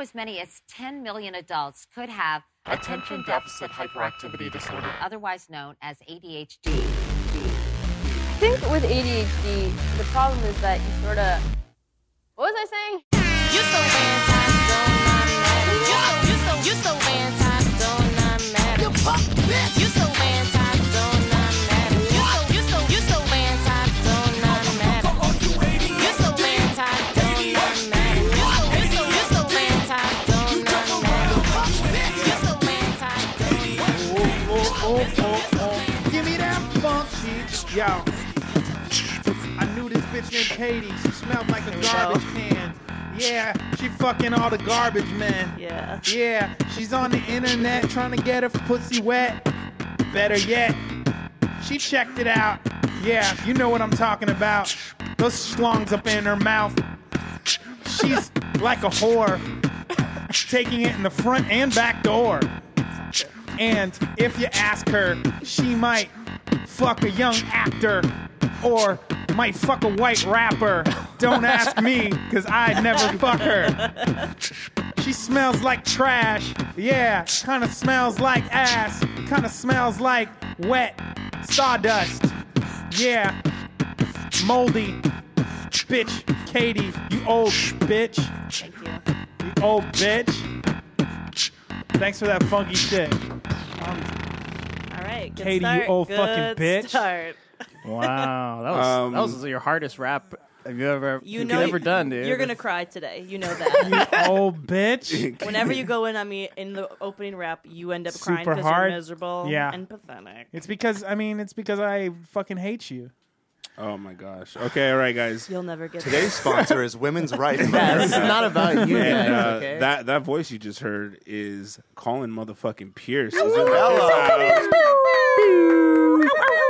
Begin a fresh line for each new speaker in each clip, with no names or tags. as many as 10 million adults could have
Attention deficit hyperactivity disorder.
otherwise known as ADHD.
I think with ADHD, the problem is that you sort of. What was I saying?
You so fantastic, don't not matter. You so you so you so fantastic, don't not matter. You You so fantastic, don't not matter. You so you so you so fantastic, don't not matter. You so fantastic, don't not matter. You so you so you so fantastic, don't not matter. You so fantastic, don't not matter.
Oh, oh, oh, oh. Give me that funky. Yo. I knew this bitch named Katie. She smelled like a garbage can. Yeah, she fucking all the garbage man.
Yeah.
Yeah, she's on the internet trying to get her pussy wet. Better yet, she checked it out. Yeah, you know what I'm talking about. Those schlongs up in her mouth. She's like a whore, taking it in the front and back door. And if you ask her, she might fuck a young actor or might fuck a white rapper. Don't ask me, because I'd never fuck her. She smells like trash. Yeah, kinda smells like ass. Kinda smells like wet sawdust. Yeah, moldy. Bitch, Katie, you old bitch.
Thank you.
You old bitch. Thanks for that funky shit.
All right. Good
Katie, you
start.
old
good
fucking bitch.
Start.
Wow, that was
Um,
that was your hardest rap have you ever
You
you
know
ever done, dude.
You're gonna cry today. You know that.
Old Oh, bitch.
Whenever you go in on me in the opening rap, you end up crying
Super
because
hard.
you're miserable
Yeah.
and pathetic.
It's because I mean, it's because I fucking hate you.
Oh my gosh. Okay, all right, guys.
You'll never get
Today's sponsor is Women's Rights.
Yeah, this is
America.
not about you guys.
And uh,
okay?
that that voice you just heard is Colin motherfucking Pierce. Is in the house.
Hello.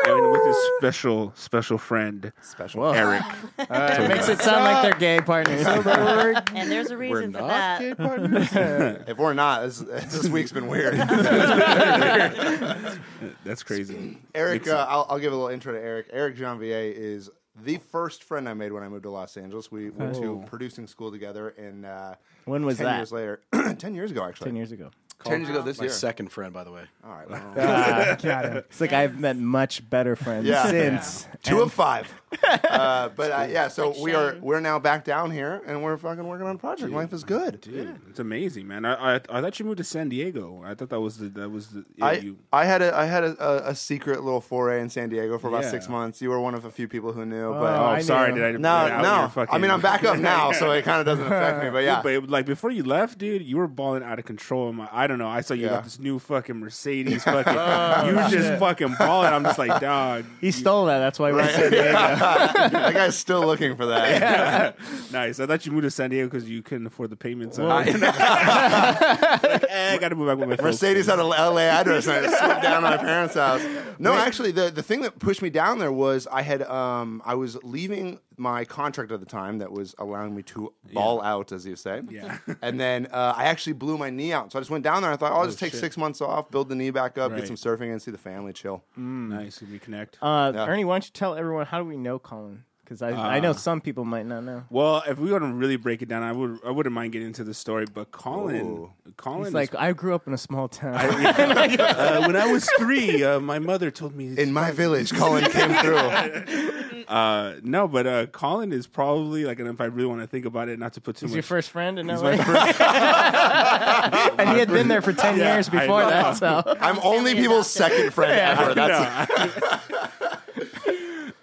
and with his special special friend
Special.
Whoa.
Eric.
It makes it sound like they're gay partners.
that. And there's a reason for
not
that.
If we're not, this, this week's been weird.
Uh, That's crazy.
Eric,
Makes-
uh, I'll, I'll give a little intro to Eric. Eric Janvier is the first friend I made when I moved to Los Angeles. We went to producing school together, and uh,
Oh. When was
ten
that?
years later, ten years ago, actually.
Ten years ago.
Ten years ago this year. second friend, by the way.
All right, well,
Ah, It's like I've met much better friends
Yeah.
since.
two of five. Uh, but uh, yeah, so we are
Shane.
we're now back down here, and we're fucking working on a project. Life is good.
Dude, it's amazing, man. I, I I thought you moved to San Diego. I thought that was the that was the yeah,
I,
you.
I had a I had a, a, a secret little foray in San Diego for about
Yeah.
six months. You were one of a few people who knew,
Oh,
but
I
sorry,
knew.
did I did I
no,
out
no.
your fucking-
I mean, I'm back up now, so it kind of doesn't affect me. But yeah,
But it, like before you left, dude, you were balling out of control. My, I don't know. I saw you
Yeah. Oh,
got this new fucking Mercedes. Fucking, you were just fucking balling. I'm just like, dog.
He stole that. That's why we said
that guy's still looking for that.
nice. I thought you moved to San Diego because you couldn't afford the payments. So. like, eh, I got to move back with my folks.
Mercedes had a LA address, and I slipped down to my parents' house. No, actually, the, the thing that pushed me down there was I had um, I was leaving my contract at the time that was allowing me to ball out, as you say.
Yeah.
And then uh, I actually blew my knee out, so I just went down there. and I thought, oh, I'll just take six months off, build the knee back up,
Right.
get some surfing, and see the family, chill.
Nice. Can we connect?
Uh,
Yeah.
Ernie, why don't you tell everyone how do we know Colin? Because I, I know
Uh,
some people might not know.
well, if we want to really break it down, I would. I wouldn't mind getting into the story. But Colin, Colin,
He's
is-
like, I grew up in a small town.
uh, when I was three, uh, my mother told me
In my village, Colin came through.
Uh, no, but uh, Colin is probably like, and if I really want to think about it, not to put too
He's
much.
your first friend in
he's
LA,
my first-
and he had been there for ten
Yeah,
years
I
before
know.
that. So
I'm only people's second friend ever. That's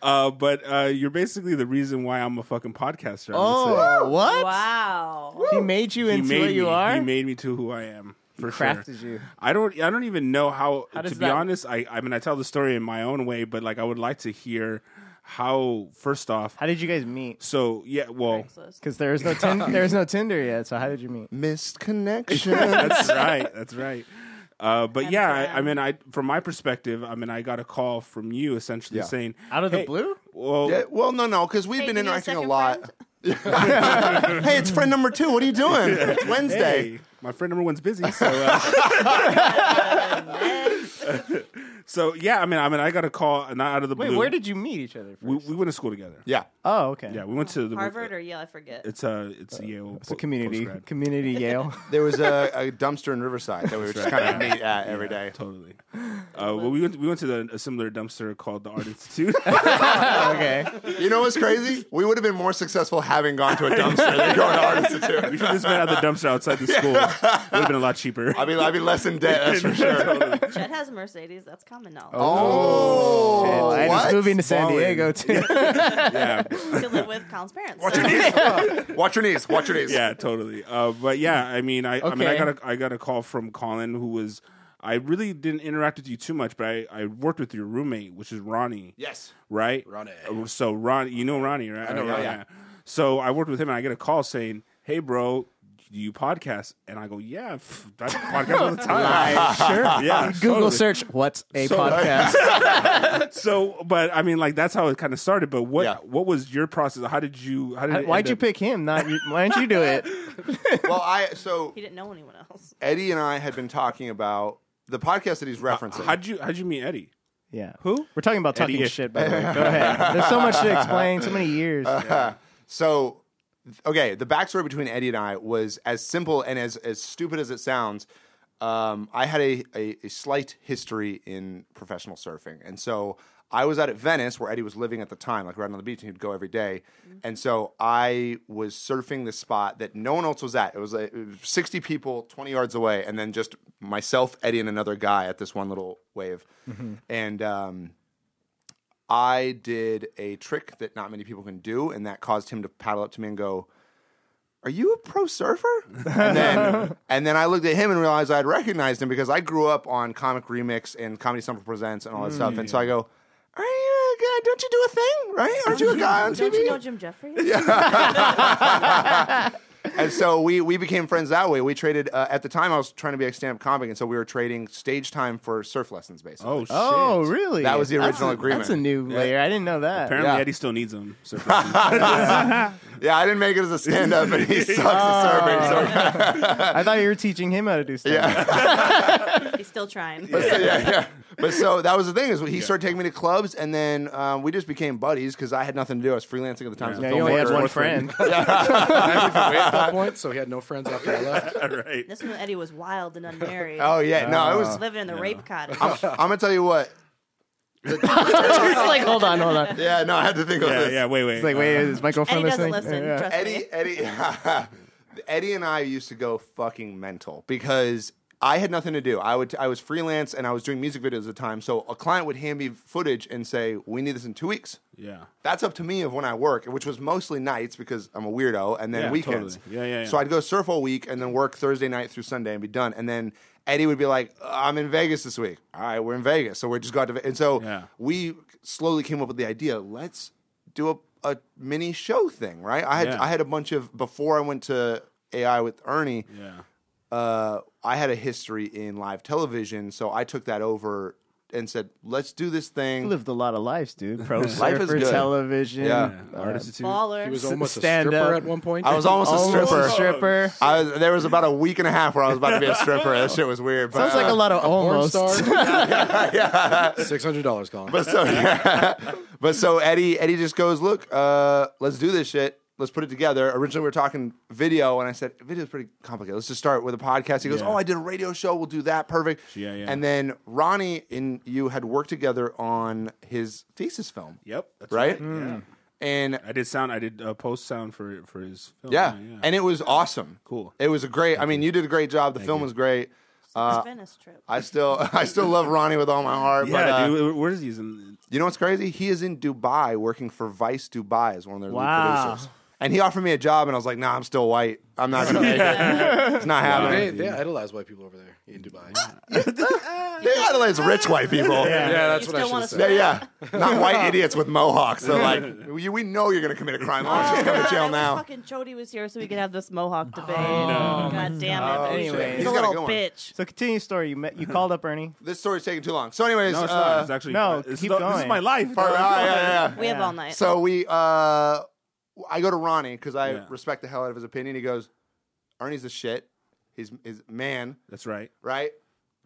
uh, but uh, you're basically the reason why I'm a fucking podcaster. I would say.
oh, what?
Wow.
He made you into what you
me,
are.
He made me to who I am. For
crafted
sure.
you.
I don't. I don't even know how.
How
to
does
be
that-
honest, I. I mean, I tell the story in my own way, but like, I would like to hear how. First off,
how did you guys meet?
so yeah. Well,
Because there was no tin- there was no Tinder yet. So how did you meet?
Missed connection.
that's right. That's right. Uh, but yeah, I, I
um,
mean, I from my perspective, I mean, I got a call from you essentially
Yeah.
saying
Out of the
"Hey,
blue?
Well,
Yeah, well, no, no, because we've
Hey,
been
you need a
interacting a,
second
lot. hey, it's friend number two. What are you doing? It's Wednesday.
Hey, my friend number one's busy. So, uh, So yeah, I mean, I mean, I got a call, uh, not out of the
Wait,
blue.
where did you meet each other? First?
we, we went to school together?
Yeah.
oh, okay.
yeah, we went to the uh,
Harvard or Yale, I forget.
It's a it's Yale.
it's a community, community Yale.
There was a, a dumpster in Riverside that we would just kind of meet at every day.
Totally. Uh, well, we went we went to the, a similar dumpster called the Art Institute.
okay.
You know what's crazy? We would have been more successful having gone to a dumpster than going to Art
we
Institute.
should just met at the dumpster outside the school. It would have been a lot cheaper.
I'd be, I'd be less in debt, that's for sure.
Chet has Mercedes. That's common knowledge.
Oh,
and he's
what?
moving to San
Ballin'.
Diego too.
yeah,
To live with Colin's parents.
Watch your knees. Watch your knees. Watch your knees.
yeah, totally. Uh, but yeah, I mean, I, I mean, I
Okay.
got a, I got a call from Colin who was. I really didn't interact with you too much, but I, I worked with your roommate, which is Ronnie.
Yes.
right?
Ronnie.
Uh, So Ronnie, you know Ronnie, right? I
know Ronnie.
So I worked with him, and I get a call saying, "Hey, bro, do you podcast?" And I go, "Yeah, pff, I podcast all the time."
sure.
yeah,
Google
totally.
search what's a
So-
podcast.
So, but I mean, like that's how it kind of started. But what
Yeah.
what was your process? How did you? How did it
Why'd
end
you
up-
pick him? Not you, why didn't you do it?
Well, I so
He didn't know anyone else.
Eddie and I had been talking about the podcast that he's
Uh,
referencing.
How'd you how'd you meet Eddie?
Yeah.
Who?
We're talking about talking
Eddie.
shit. By the way, go ahead. There's so much to explain. So many years.
Uh-huh. So, okay, the backstory between Eddie and I was as simple and as, as stupid as it sounds. Um, I had a, a, a slight history in professional surfing. And so I was out at Venice where Eddie was living at the time, like right on the beach, and he'd go every day. And so I was surfing this spot that no one else was at. It was like it was 60 people 20 yards away, and then just myself, Eddie, and another guy at this one little wave. And, um, I did a trick that not many people can do, and that caused him to paddle up to me and go, "Are you a pro surfer?" And then, and then I looked at him and realized I'd recognized him because I grew up on Comic Remix and Comedy Central Presents and all that stuff, and so I go. Are you a guy? Don't you do a thing, right? Aren't you a guy on
Don't
TV?
you know Jim Jeffries?
and so we we became friends that way. We traded uh, at the time. I was trying to be a stand-up comic, and so we were trading stage time for surf lessons, basically.
Oh, shit.
Oh, really?
That was the
That's
original
a-
agreement.
That's a new layer. I didn't know that.
Apparently,
yeah.
Eddie still needs him. So
yeah, I didn't make it as a stand-up, and he sucks at surfing. So
Ah.
Oh.
I thought you were teaching him how to do stuff.
He's still trying.
So, yeah, yeah. But so that was the thing is he started taking me to clubs, and then um, we just became buddies because I had nothing to do. I was freelancing at the time. as a
Yeah, you only
filmmaker.
had one friend.
Wait at that point, so he had no friends after I left.
right.
This one, Eddie was wild and unmarried.
Oh yeah, no, it was.
living in the rape cottage.
Ah.
I'm gonna tell you what.
It's like, hold on, hold on.
Yeah, no, I had to think about
Yeah,
this.
yeah. Wait, wait.
It's like, wait, is my girlfriend
Eddie doesn't
listening?
listen.
Yeah.
Trust me.
Eddie, Eddie, Eddie and I used to go fucking mental because I had nothing to do. I would, I was freelance and I was doing music videos at the time. So a client would hand me footage and say, "We need this in two weeks."
yeah.
That's up to me of when I work, which was mostly nights because I'm a weirdo, and then
Yeah,
weekends.
totally. Yeah, yeah, yeah.
So I'd go surf all week and then work Thursday night through Sunday and be done. And then Eddie would be like, "Uh, "I'm in Vegas this week. All right, we're in Vegas, so we're just going to." Ve-. And so
Yeah.
we slowly came up with the idea: let's do a, a mini show thing, right? I had
Yeah.
I had a bunch of before I went to AI with Ernie
Yeah.
uh, I had a history in live television, so I took that over and said, "Let's do this thing."
You lived a lot of lives, dude. Pro
Life is
surfer,
good.
television. Uh,
Yeah.
Art Institute.
Baller.
He was almost
Stand
a stripper
up.
at one point.
I was almost, a
Almost
stripper.
a stripper.
I was, there was about a week and a half where I was about to be a stripper. That shit was weird. But, uh,
Sounds like a lot of
porn
almost.
star. Six hundred dollars, Colin.
But so, but so Eddie, Eddie just goes, "Look, uh, let's do this shit. Let's put it together." Originally, we were talking video, and I said, "Video's pretty complicated. Let's just start with a podcast." He goes,
Yeah.
"Oh, I did a radio show. We'll do that. Perfect."
Yeah, yeah.
And then Ronnie and you had worked together on his thesis film,
Yep. That's
right?
Yeah.
Mm.
And
I did sound. I did uh, post sound for for his film.
Yeah. and it was awesome.
Cool.
It was a great. I mean, you did a great job. The film was great.
His Venice trip.
I still, I still love Ronnie with all my heart.
yeah,
but, uh,
dude. Where is he? He's in-
You know what's crazy? He is in Dubai working for Vice Dubai as one of their lead
Wow.
producers. And he offered me a job, and I was like, "Nah, I'm still white. I'm not gonna make it. It's not
They,
happening."
they idolize white people over there in Dubai.
They idolize rich white people. Yeah,
Yeah,
You
that's
still
what I
wanna
should
yeah,
say.
yeah. not white idiots with mohawks. They're like, "We- "We know you're gonna commit a crime. I'll just come to
I
jail
wish
now."
Fucking Jody was here so we could have this mohawk
Oh,
debate. God damn it. but
Anyway.
he's
He's
a
got a
little
good one.
bitch.
So continue story. You met, you called up Ernie.
This story's taking too long. So, anyways,
No, it's
uh,
not. It's actually
no,
it's
keep
not- This
going.
is my life.
all right, Ah, yeah, yeah, yeah.
We have all night.
So we, uh, I go to Ronnie because I
Yeah.
respect the hell out of his opinion. He goes, Ernie's the shit. He's his man,
That's right.
right?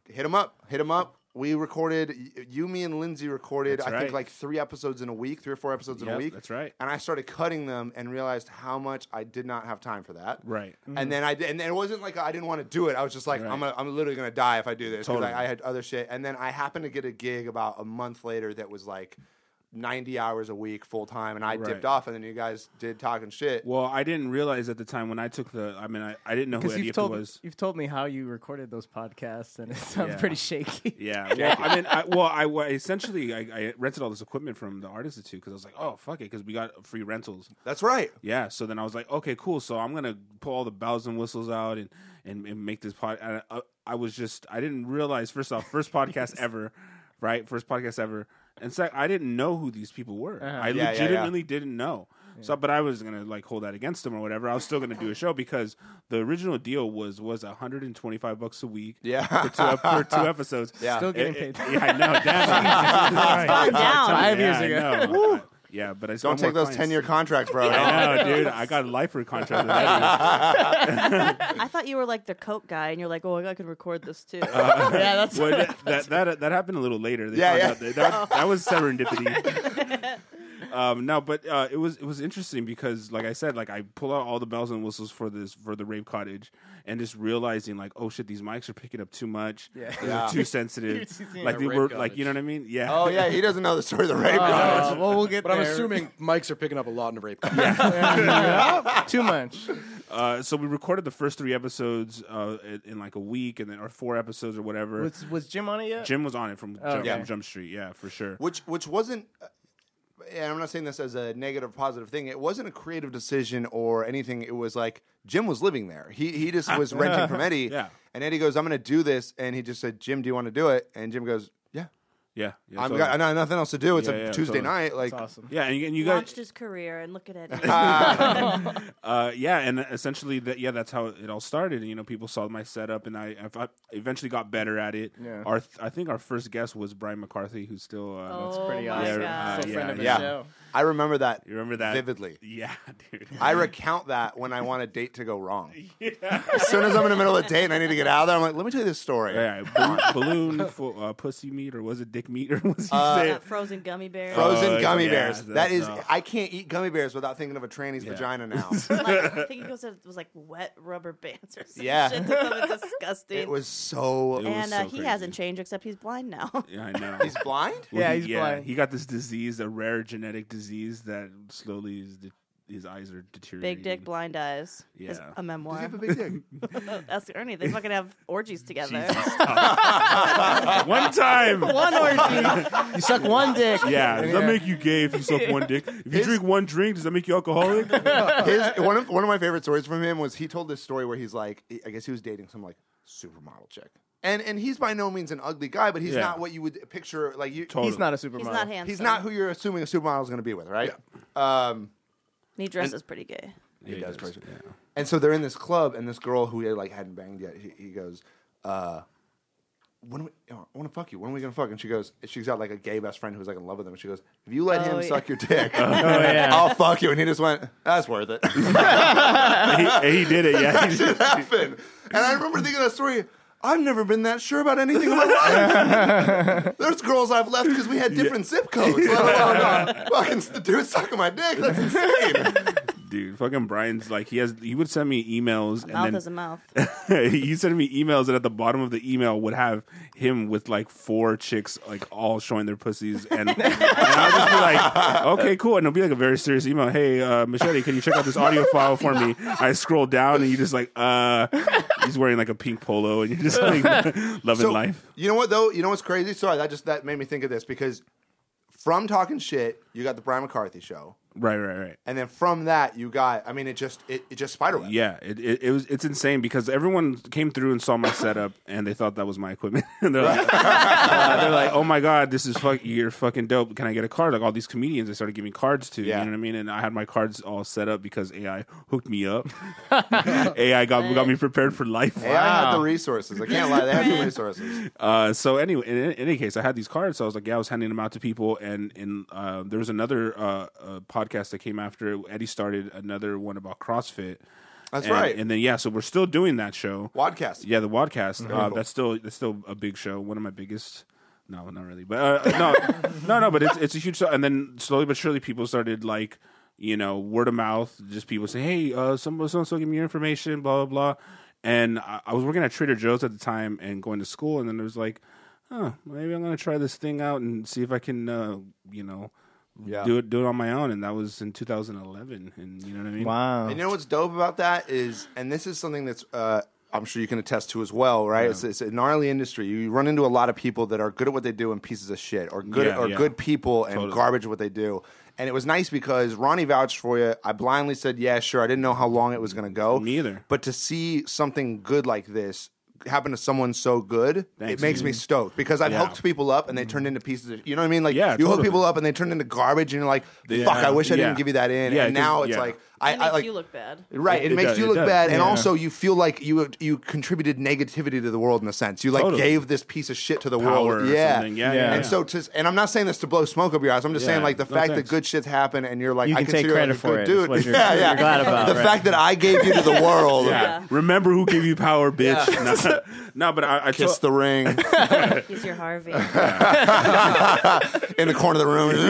Hit him up. Hit him up. We recorded, y- you, me, and Lindsay recorded,
That's
I think,
right.
like three episodes in a week, three or four episodes in
Yep,
a week.
that's right.
And I started cutting them and realized how much I did not have time for that.
Right. Mm.
And then I did, and then it wasn't like I didn't want to do it. I was just like,
Right.
I'm, gonna, I'm literally going to die if I do this because
Totally.
I, had other shit. And then I happened to get a gig about a month later that was like 90 hours a week full time, and I
Right.
dipped off. And then you guys did talking shit.
Well, I didn't realize at the time when I took the. I mean, I, I didn't know who
Because
Eddie
you've
Ifa
told
was.
you've told me how you recorded those podcasts, and it sounds
Yeah.
pretty shaky.
Yeah. Well, I mean, I, well, I wa- essentially I, I rented all this equipment from the Art Institute because I was like, oh fuck it, because we got free rentals.
That's right.
Yeah. So then I was like, okay, cool. So I'm gonna pull all the bells and whistles out and and, and make this pod. And I, I was just I didn't realize first off first podcast ever, right? First podcast ever. And sec, I didn't know who these people were. I
Uh-huh. Yeah, yeah,
legitimately didn't know. So, but I was gonna like hold that against them or whatever. I was still gonna do a show because the original deal was was 125 bucks a week.
Yeah.
for two, ep- for two episodes.
Yeah.
Still getting
It-
paid.
it- yeah, I know. Damn.
Calm down.
Five
Yeah,
years
I
ago.
know. I- Yeah, but I just
Don't
want more
take those
clients.
10 year contracts, bro.
I know, dude. I got a lifer contract. with that.
I thought you were like the coke guy, and you're like, oh, I could record this too.
yeah, that's
Well, that, that that that happened a little later. They
Yeah,
found
yeah.
out That, that, that was serendipity. um, no, but uh, it was it was interesting because, like I said, like I pull out all the bells and whistles for this for the rave cottage, and just realizing like, oh shit, these mics are picking up too much. Yeah,
Yeah.
too sensitive.
You're using
like
a
we
rave
were like, you know
cottage.
what I mean? Yeah.
Oh, yeah. He doesn't know the story of the
Oh,
rape.
Uh, well, we'll get
But I'm
there.
assuming mics are picking up a lot in a rape. culture.
too much.
Uh, so we recorded the first three episodes uh, in, in like a week, and then or four episodes or whatever.
Was was Jim on it yet?
Jim was on it from, Jump,
okay.
from Jump Street, yeah, for sure.
which which wasn't uh, and I'm not saying this as a negative or positive thing. It wasn't a creative decision or anything. It was like Jim was living there. He he just was renting from Eddie.
Yeah.
And Eddie goes, "I'm going to do this," and he just said, "Jim, do you want to do it?" And Jim goes, "Yeah,
Yeah, yeah,
I've
totally.
got I got nothing else to do. It's
Yeah,
a
yeah,
Tuesday
totally.
night. Like,
Awesome.
yeah, and, you- and you guys,
Launched his career, and look at it.
uh, yeah, and essentially that, yeah, that's how it all started. And, you know, people saw my setup, and I, I eventually got better at it.
Yeah.
Our, th- I think our first guest was Brian McCarthy, who's still, uh,
oh
pretty
my
awesome.
Yeah,
god.
uh, yeah,
friend of
yeah.
the show.
I remember that.
You remember that
vividly.
Yeah, dude.
I recount that when I want a date to go wrong. As soon as I'm in the middle of a date and I need to get out of there, I'm like, "Let me tell you this story."
yeah, yeah, bal- balloon, full, uh, pussy meat, or was it dick meat, or was he
Uh,
saying?
frozen gummy bear.
Frozen
Oh,
gummy
yeah,
bears. that
that's
is,
rough.
I can't eat gummy bears without thinking of a tranny's vagina now.
Like, I think he goes to, it was like wet rubber bands or some
Yeah.
shit. That was disgusting.
it was so.
It was
and uh,
so
he
crazy.
hasn't changed except he's blind now.
Yeah, I know.
He's blind.
Well,
Yeah,
he,
he's blind.
He got this disease, a rare genetic disease that slowly is de- his eyes are deteriorating.
Big Dick Blind Eyes. Is
Yeah.
a memoir.
big dick.
That's Ernie. They fucking have orgies together.
one time.
One orgy. you suck one dick.
Yeah, does that make you gay if you suck one dick? If you drink one drink, does that make you alcoholic?
His, one of one of my favorite stories from him was he told this story where he's like, I guess he was dating some like supermodel chick, and and he's by no means an ugly guy, but he's
Yeah.
not what you would picture like you.
Totally.
He's not a supermodel.
he's not handsome.
He's not who you're assuming a supermodel is going to be with, right? Um,
He dresses pretty gay.
he does.
and so they're in this club, and this girl who he like hadn't banged yet, he, he goes, uh, "When are we, oh, I want to fuck you. When are we gonna fuck?" And she goes, "She's got like a gay best friend who's like in love with him." And she goes, "If you let
Oh,
him
yeah.
suck your dick,
yeah.
I'll fuck you." And he just went, "That's worth it."
He, and he did it. Yeah, he
shit
did.
happened. And I remember thinking that story. I've never been that sure about anything in my life. There's girls I've left because we had different zip codes. Let alone, uh, fucking s- dude sucking my dick. That's insane.
dude. Fucking Brian's like he has. He would send me emails,
Mouth
and
is a mouth.
then he sent me emails, and at the bottom of the email would have him with like four chicks, like all showing their pussies, and, and I'll just be like, okay, cool, and it'll be like a very serious email. Hey, uh, Machete, can you check out this audio file for me? I scroll down, and you just like, uh, he's wearing like a pink polo, and you're just like loving life.
You know what though? You know what's crazy? Sorry, that just that made me think of this because from talking shit, you got the Brian McCarthy show,
Right, right, right.
and then from that you got. I mean, it just it, it just spiderweb.
Yeah, it, it, it was it's insane because everyone came through and saw my setup and they thought that was my equipment. and they're like, uh, they're like, oh my god, this is fuck, you're fucking dope. Can I get a card? Like all these comedians, they started giving cards to.
Yeah.
You know what I mean? And I had my cards all set up because AI hooked me up. AI got got me prepared for life.
Hey, I had the resources. I can't lie, they had the resources.
Uh, so anyway, in, in any case, I had these cards, so I was like, yeah, I was handing them out to people, and and uh, there was another uh, uh, podcast that came after Eddie started another one about CrossFit.
That's
And-
right.
And then yeah, so we're still doing that show.
Wadcast.
Yeah, the Wadcast. Uh,
cool.
that's still that's still a big show, one of my biggest. No, not really. But uh, no, no, no. But it's it's a huge. And then slowly but surely, people started like you know word of mouth. Just people say, "Hey, uh, some so so give me your information." Blah blah blah. And I, I was working at Trader Joe's at the time and going to school, and then there was like, "Huh, maybe I'm gonna try this thing out and see if I can, uh, you know."
Yeah.
Do it, do it on my own, and that was in 2011, and you know what I mean.
Wow.
And you know what's dope about that is, and this is something that's uh, I'm sure you can attest to as well, right? It's, it's a gnarly industry. You run into a lot of people that are good at what they do and pieces of shit, or good
Yeah,
or
yeah.
good people and
Totally.
garbage at what they do. And it was nice because Ronnie vouched for you. I blindly said yeah, sure. I didn't know how long it was going to go.
Me either.
But to see something good like this happen to someone so good, it
Thanks,
makes me
dude.
stoked because I've
Yeah.
helped people up and they turned into pieces of. You know what I mean? Like
Yeah,
you hook
totally.
people up and they turned into garbage, and you're like, fuck, I wish I
Yeah.
didn't give you that in.
Yeah,
and
'cause-
now it's
yeah.
like I,
It makes
I like
you look bad.
Right, it,
It
makes
does-
you
it
look
does,
bad, and
yeah.
also you feel like you you contributed negativity to the world in a sense. You like
Totally.
gave this piece of shit to the
Power
world,
or
yeah.
something. Yeah, yeah,
And
yeah.
so, to, and I'm not saying this to blow smoke up your ass. I'm just
Yeah,
saying like the
no
fact
thanks.
that good shit's happened, and you're like,
You
I
can take
consider you
credit
a
for
good
it, is
dude.
what you're-
yeah, yeah.
you're glad about,
the
right.
fact that I gave you to the world.
Yeah. Remember who gave you power, bitch. no, no, but I, I
Kiss the
told-
ring
He's your Harvey.
in the corner of the room.
Where's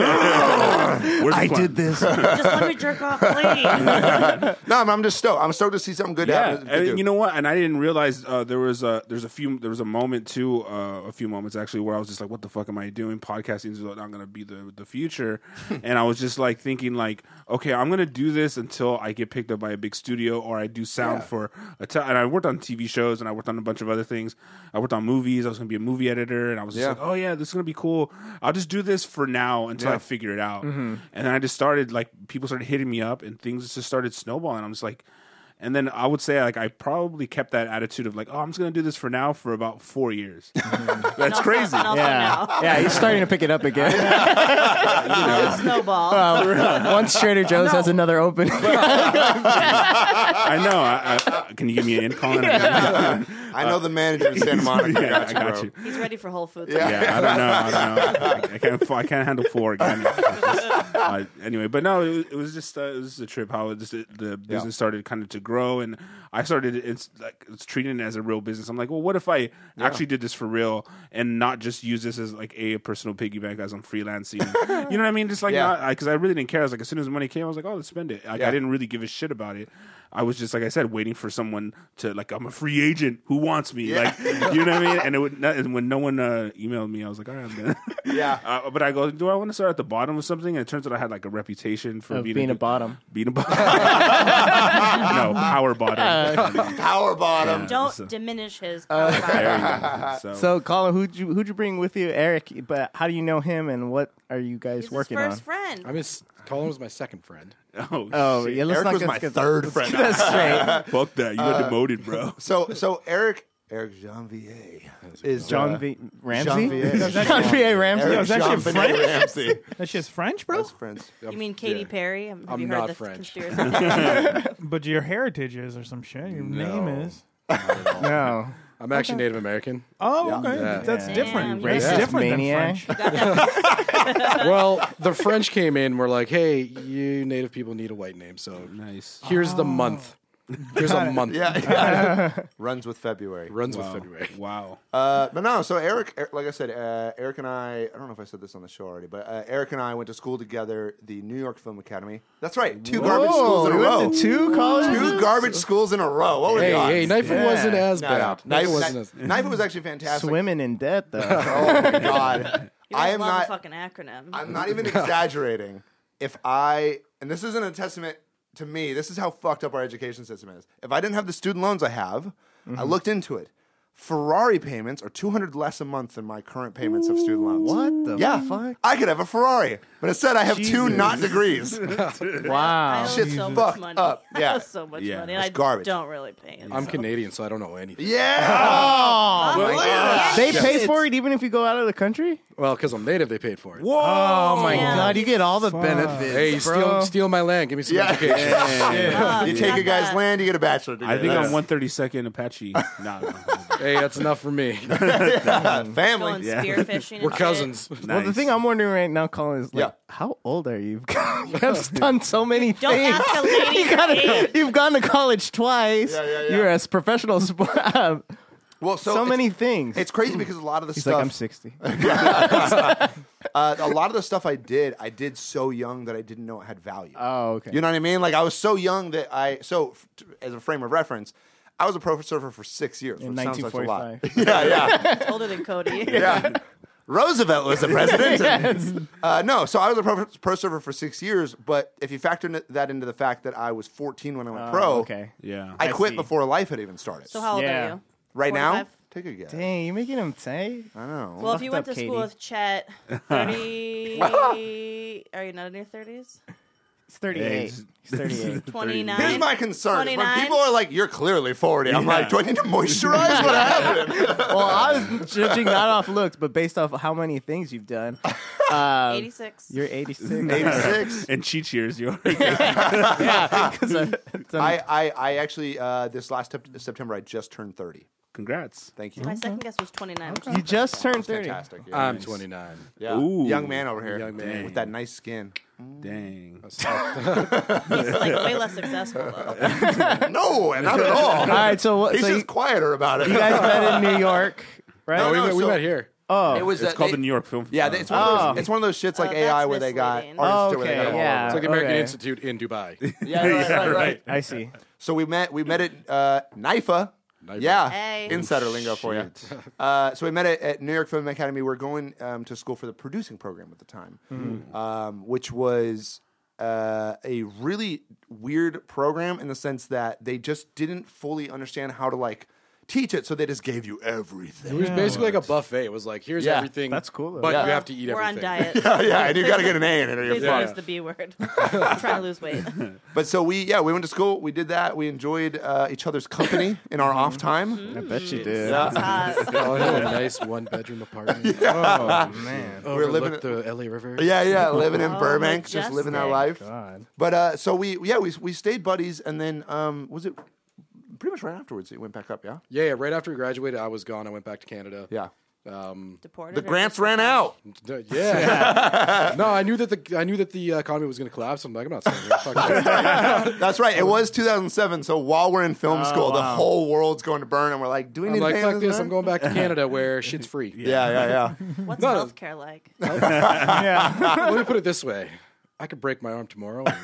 the plan?
this.
Just let me jerk off, please.
no, I'm just stoked. I'm stoked to see something good
Yeah,
happen. to
and
do.
you know what? And I didn't realize uh, there was a there's a few there was a moment too, uh, a few moments actually where I was just like, "What the fuck am I doing? Podcasting is not going to be the the future." and I was just like thinking, like, "Okay, I'm going to do this until I get picked up by a big studio or I do sound for a." T- and I worked on TV shows and I worked on a bunch of other things. I worked on movies. I was going to be a movie editor, and I was just
Yeah.
like, "Oh yeah, this is going to be cool. I'll just do this for now until I figure it out."
Mm-hmm.
And then I just started like people started hitting me up and things just started snowballing. I'm just like. And then I would say like I probably kept that attitude of like, oh, I'm just gonna do this for now for about four years. That's crazy.
And also
yeah.
now.
yeah, he's starting to pick it up again.
Snowball.
Once Trader Joe's has another open.
I know. I, I, can you give me an in, Colin?
I know the manager in Santa Monica.
uh, yeah,
got
I
you,
got
bro.
you.
He's ready for Whole Foods.
Yeah.
Yeah, I don't know. I don't know. I, I can't. I can't handle four again. Uh, anyway, but no, it, was- it was just uh, it was just a trip. How it just, the business started kind of to grow, and I started. It's like it's treating it as a real business. I'm like, well, what if I actually did this for real and not just use this as like a personal piggy bank as I'm freelancing? you know what I mean? Just like
Yeah.
not because I, really didn't care. I was like, as soon as the money came, I was like, oh, let's spend it. Like,
Yeah.
I didn't really give a shit about it. I was just like I said, waiting for someone to like. I'm a free agent who wants me. Like you know what I mean? And it would not, and when no one uh, emailed me, I was like, all right, I'm done.
Yeah.
Uh, but I go, do I want to start at the bottom of something? And it turns out I had like a reputation for
Of
being,
being a
good-
bottom.
being a bottom. no, power bottom.
Power bottom.
Don't
So-
diminish his. profile.
There you go. So,
So, Colin, who'd you who'd you bring with you, Eric? But how do you know him, and what are you guys
He's his
working
first
on?
friend.
I miss Colin was my second friend.
oh,
Oh,
shit.
yeah. Let's
Eric
not
was
get
my
skip-
third
let's
friend.
get that straight.
fuck that. You got demoted, bro.
So so Eric Eric Janvier is
John
uh,
V.
Jean
Ramsey.
Vier.
John V. A. Ramsey.
Eric
Yo, is that shit
Jean-Vier
French?
Ramsey.
That's just French, bro.
That's French.
You mean Katy
Yeah.
Perry? Have
I'm
you
not
heard the
French.
conspiracy?
But your heritage is or some shit. Your
No.
name is.
No.
I'm actually Native American.
Oh, okay.
Yeah.
That's
Yeah.
different.
Damn,
That's
racist
different
maniac.
than French.
well, the French came in and were like, hey, you Native people need a white name. So
Nice.
here's the month. Here's a month.
Yeah, yeah. runs with February.
Runs
Wow.
with February.
Wow.
Uh, but no, so Eric, Eric- like I said, uh, Eric and I. I don't know if I said this on the show already, but uh, Eric and I went to school together, the New York Film Academy. That's right, two garbage schools in a
you
row.
went to two colleges.
Two garbage schools in a row. What were
Hey,
the odds?
hey, Knife It wasn't as
No,
bad.
no,
Knife It
Knife,
wasn't as
Knife, Knife It was actually fantastic.
Swimming in debt, though.
Oh my god,
You guys
I am
love
not.
a fucking acronym.
I'm not even exaggerating. If I, and this isn't a testament to me, this is how fucked up our education system is. If I didn't have the student loans I have,
Mm-hmm.
I looked into it. Ferrari payments are 200 less a month than my current payments of student loans.
What the
Yeah,
fuck?
I could have a Ferrari, but instead I have two not degrees.
I owe
Wow.
Shit's
so much
fucked
money.
up.
I
Um, Yeah.
owe so much
Yeah.
money.
It's
and I
garbage.
don't really pay it.
I'm Canadian, so I don't know anything.
yeah.
Oh,
Look at that.
They pay for it even if you go out of the country?
Well, because I'm Native, they paid for it.
Whoa.
Oh my
Yeah.
god, you get all
Oh,
the benefits.
Hey, you steal, steal my land. Give me some
Yeah.
education.
You take a guy's
that.
land, you get a bachelor degree.
I think
That's
I'm 132nd Apache. nah, no,
Hey, that's enough for me.
family.
Going spearfishing. and
We're
shit.
cousins.
Well, the thing I'm wondering right now, Colin, is like,
Yeah.
how old are you? you have done so many
Don't
things.
ask a lady.
you
her age.
have gone to college twice.
Yeah, yeah, yeah.
You're a s- professional sport.
Well, so,
so
it's-
many things.
It's crazy because a lot of the
He's
stuff
like, I'm 60.
uh, a lot of the stuff I did, I did so young that I didn't know it had value.
Oh, okay.
You know what I mean? Like I was so young that I so f- t- as a frame of reference, I was a pro surfer for six years.
In
which sounds like a lot.
1945.
yeah, yeah,
It's older than Cody.
yeah. Roosevelt was the president. uh, no, so I was a pro, pro surfer for six years, but if you factor n- that into the fact that I was 14 when I went
Oh,
pro,
Okay.
Yeah.
I,
I
quit
see.
before life had even started.
So how old
Yeah.
are you?
right now,
45?
take a guess.
Dang, you're making him say.
I know.
Well, if you went
Fucked
to
up,
school
Katie.
with Chet, 30... are you not in your 30s?
He's 38.
Eggs.
He's 38.
29.
Here's my concern. is When
29?
people are like, "You're clearly 40," I'm
Yeah.
like, "Do I need to moisturize? What happened?"
well, I was judging not off looks, but based off how many things you've done.
Uh,
Um,
86.
You're 86.
86.
and cheat years. You
yeah, 'cause I- it's on-
I, I, I actually uh, this last sep- September I just turned 30.
congrats.
Thank you.
my second guess was 29. which
you just turned
That's
30.
Fantastic. Yeah.
I'm 29.
Yeah.
Ooh.
young man over here,
Young man.
with that nice skin.
Dang.
is, like way less successful though.
no, not at all.
All right, so, what-
He's
so you,
just quieter about it.
you guys met in New York, right?
No, we,
no,
met, we
so-
met here.
oh,
it was
It's
uh,
called
they-
the New York Film.
Yeah,
Festival.
it's one, of those,
Oh.
it's one of those shits like
Oh, that's
AI where they got
misleading.
artists to where they
Okay,
got them all
yeah.
over.
It's like American
okay.
Institute in Dubai.
Yeah, right, right, right.
I see.
So we met we met at uh, NIFA.
NIFA.
Yeah,
Hey.
insider lingo for you. Uh, so we met at, at New York Film Academy. We were are going um, to school for the producing program at the time, um, which was uh, a really weird program in the sense that they just didn't fully understand how to like teach it. So they just gave you everything.
It was basically like a buffet. It was like, here's
Yeah.
everything.
That's cool, though.
But
Yeah.
you have to eat
We're on
everything.
diet.
Yeah, yeah, and you got to get an A in it or you're
Please
fucked.
don't use the B word. I'm trying to lose weight.
But so we, yeah, we went to school. We did that. We enjoyed uh, each other's company in our off time.
I bet you did.
Hot.
Oh, I have a nice one bedroom apartment.
Oh, man.
We're
living
living the LA River.
Yeah, yeah, living in
Oh,
Burbank, just living that life.
majestic.
God.
But uh, so we, yeah, we we stayed buddies, and then um, was it pretty much right afterwards? It went back up, yeah,
Yeah, yeah, right after we graduated, I was gone. I went back to Canada.
yeah.
Deported.
The
or
grants
just-
ran out.
No, Yeah. no, I knew that the I knew that the uh, economy was going to collapse. I'm like, I'm not staying here. Fuck it.
That's right. It was 2007. So while we're in film school, the whole world's going to burn, and we're like, do we need
Oh, I'm like,
to pay
fuck this.
rent?
I'm going back to Canada where shit's free.
Yeah, yeah, yeah.
What's
No, no.
healthcare like?
Yeah.
Let me put it this way: I could break my arm tomorrow. And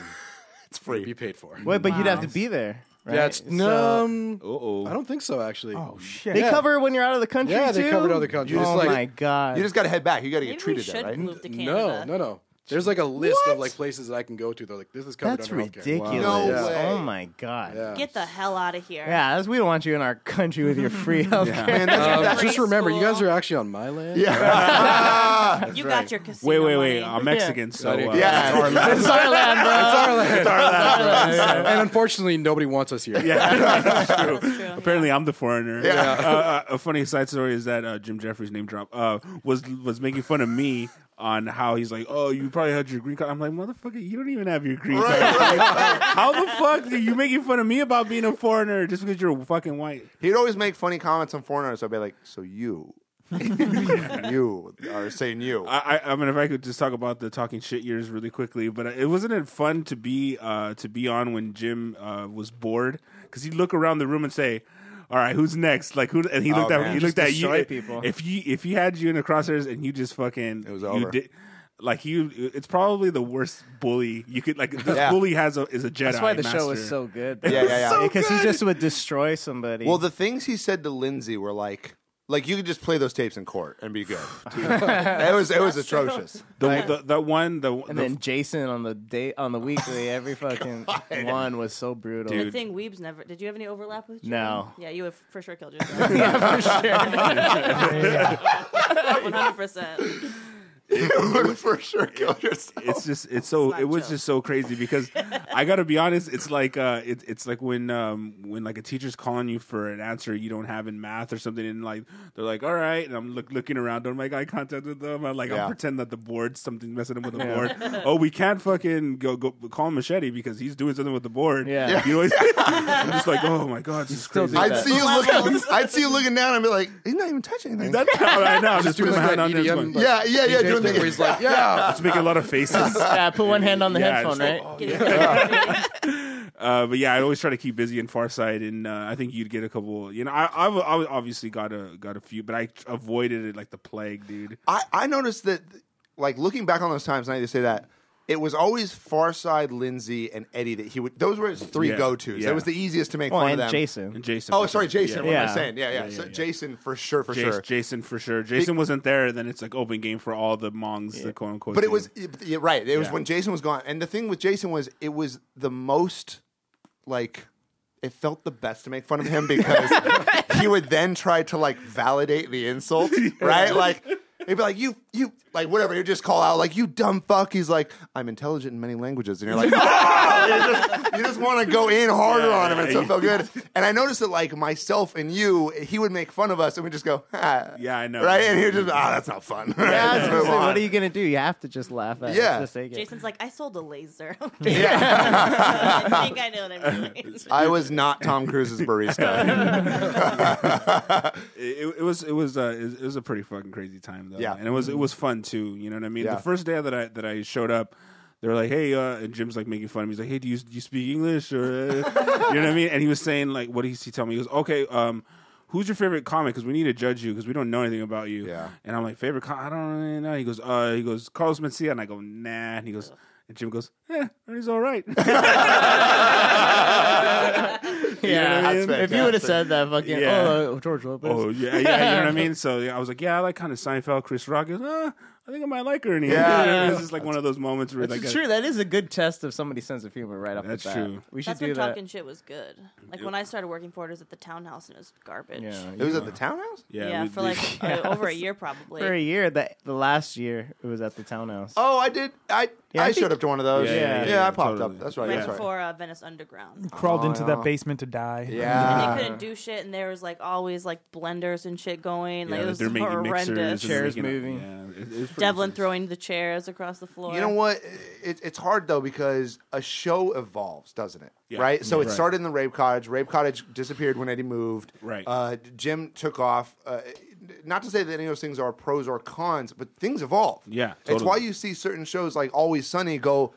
it's
it'd
free.
be paid for.
Wait, but you'd have to be there. Right?
Yeah, it's
So-
um,
Uh-oh.
I don't think so. Actually.
Oh shit!
They
Yeah.
cover when you're out of the country.
Yeah, they
too?
covered other countries.
Oh
It's like-
my god!
You just got to head back. You got to
Maybe
get treated
we should
there, right?
move to
No,
Canada.
no, no. There's like a list of like places that I can go to. They're like, this is covered
That's
under healthcare.
ridiculous.
Wow. No
Oh
way.
my god! Yeah,
Yeah.
Get the hell out of here.
that's, we don't want you in our country with your free healthcare.
Man, that's,
Um,
that's-
just remember, you guys
Preschool.
are actually on my land.
yeah,
you got your casino.
Wait, wait, wait.
money.
I'm Mexican, so uh,
yeah.
it's our land, bro.
It's our land. And unfortunately, nobody wants us here.
That's true.
Apparently, I'm the foreigner.
Yeah.
Uh, uh, a funny side story is that uh, Jim Jeffries name drop uh, was was making fun of me on how he's like, "Oh, you probably had your green card." I'm like, "Motherfucker, you don't even have your green card. how the fuck are you making fun of me about being a foreigner just because you're fucking white?"
He'd always make funny comments on foreigners. I'd be like, so you, you are saying you.
I, I, I mean, if I could just talk about the talking shit years really quickly, but it wasn't it fun to be uh, to be on when Jim uh, was bored because he'd look around the room and say. All right, who's next? Like who? And he looked
Oh,
at
man.
he looked
Just
at you.
destroy people.
If you if he had you in the crosshairs and you just fucking
It was
you
over.
did- like you, it's probably the worst bully you could like. This
Yeah.
bully has a is a Jedi.
That's why the show
master.
was so good.
Yeah, yeah, yeah. So
Because he just would destroy somebody.
Well, the things he said to Lindsay were like, like you could just play those tapes in court and be good. it was it was atrocious.
the, the that one the,
and
the
then Jason on the day on the weekly, every fucking one was so brutal.
The
Dude.
thing Weeb's never. Did you have any overlap with? Jim?
No.
Yeah, you have for sure killed yourself.
Yeah, for sure.
One hundred percent.
You would for sure kill yourself.
it's just it's so
Oh. not
it was
joke.
just so crazy because I gotta be honest, it's like uh it, it's like when um when like a teacher's calling you for an answer you don't have in math or something and like they're like, All right, and I'm look, looking around, don't make eye contact with them. I'm like,
Yeah.
I'll pretend that the board something's messing up with the board. Oh, we can't fucking go go call machete because he's doing something with the board.
Yeah. Yeah.
You know it's- I'm just like, Oh my god, this is
still
crazy.
do
I'd
that.
see you looking. I'd see you looking down and be like, he's not even touching anything.
That's how I know I'm
Just
just
doing
putting my
like
hand
that
on
EDM,
this one.
like,
yeah, yeah, yeah.
DJ
Doing
thing where
the,
he's like, yeah.
It's making a lot of faces.
yeah, put one hand on the
Yeah,
oh,
headphone,
just like,
right?
Get it.
Uh, but yeah, I always try to keep busy in Farsight, and uh, I think you'd get a couple. You know, I, I've, I've obviously got a got a few, but I avoided it like the plague, dude.
I, I noticed that, like looking back on those times, now that you say that, it was always Farside, Lindsay, and Eddie that he would. Those were his three
Yeah,
go tos.
yeah.
That was the easiest to make
Well,
fun of
and
them.
Jason.
And Jason.
Oh, sorry, Jason. What am I
Yeah.
saying? Yeah, yeah. so Jason for sure, for
Jason,
sure.
Jason for sure. Jason wasn't there. Then it's like open game for all the Mongs, the quote unquote.
But it
team.
was it- yeah, right. It was
Yeah.
when Jason was gone, and the thing with Jason was it was the most like it felt the best to make fun of him because he would then try to like validate the insult, right? Like he'd be like, "You, you, like whatever." He'd just call out like, "You dumb fuck." He's like, "I'm intelligent in many languages," and you're like, "Ah!" you just, want to go in harder
Yeah,
on him, and
yeah,
so it
you-
felt good. And I noticed that like myself and you, he would make fun of us, and we just go, ah.
Yeah, I know.
right?" And he would just, "Ah, that's not fun." Right?
Yeah, I was
Let's
gonna
move
say,
on.
what are you gonna do? You have to just laugh at. it.
Yeah.
Just take it.
Jason's like, I sold a laser.
Yeah.
I think I know what I'm doing.
I was not Tom Cruise's barista.
it, it was it was uh, it was a pretty fucking crazy time though.
Yeah. Mm-hmm.
and it was it was fun too. You know what I mean?
Yeah.
The first day that I that I showed up. They were like, "Hey," uh, and Jim's like making fun of me. He's like, "Hey, do you do you speak English?" Or uh, you know what I mean? And he was saying like, "What did he tell me?" He goes, "Okay, um, who's your favorite comic? Because we need to judge you because we don't know anything about you."
Yeah.
And I'm like, "Favorite comic? I don't really know." He goes, "Uh," he goes, "Carlos Mencia," and I go, "Nah." And he goes, and Jim goes, "Yeah, he's all right."
yeah.
that's
if you would
fantastic.
have said that, fucking
Yeah.
oh uh, George Lopez.
Oh yeah, yeah. You know what I mean? So yeah, I was like, yeah, I like kind of Seinfeld. Chris Rock is, ah, I think I might like her. And
Yeah.
it's just like one of those moments where
That's
like,
true. That is a good test of somebody's sense of humor right off
That's
the bat.
true.
We should
That's
do
when
that.
talking shit was good. Like when I started working for it, it was at the townhouse and it was garbage.
yeah.
it was at the townhouse?
yeah,
Yeah,
we-
for like uh, over a year probably.
For a year, the the last year it was at the townhouse.
Oh, I did. I
Yeah,
I,
I
showed
think-
up to one of those.
Yeah,
Yeah,
yeah, yeah,
I popped
totally.
up. That's right.
right
That's right.
before uh, Venice Underground.
Oh,
Crawled into
yeah.
that basement to die.
Yeah.
Ah.
they couldn't do shit, and there was like always like blenders and shit going. Like
yeah,
it was
they're making mixers,
horrendous.
and
Chairs
making-
moving.
Yeah, it, it was pretty
Devlin
crazy.
throwing the chairs across the floor.
You know what? It, it's hard though because a show evolves, doesn't it?
Yeah.
Right. So
Yeah.
it
Right.
started in the Rape Cottage. Rape Cottage disappeared when Eddie moved.
Right.
Uh, Jim took off. Uh, not to say that any of those things are pros or cons, but things evolve.
Yeah,
It's
totally.
why you see certain shows like Always Sunny go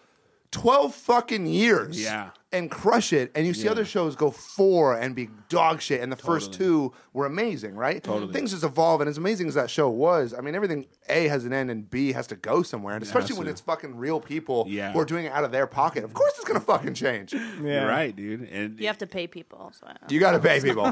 twelve fucking years.
Yeah.
And crush it, and you see other shows go four and be dog shit, and the first two were amazing, right? Totally. Things just evolve, and as amazing as that show was, I mean, everything A has an end and B has to go somewhere, and especially when
to.
it's fucking real people
Yeah.
who are doing it out of their pocket. Of course, it's gonna fucking change. You
You're right, dude. And
You have to pay people. So I don't know.
gotta pay people.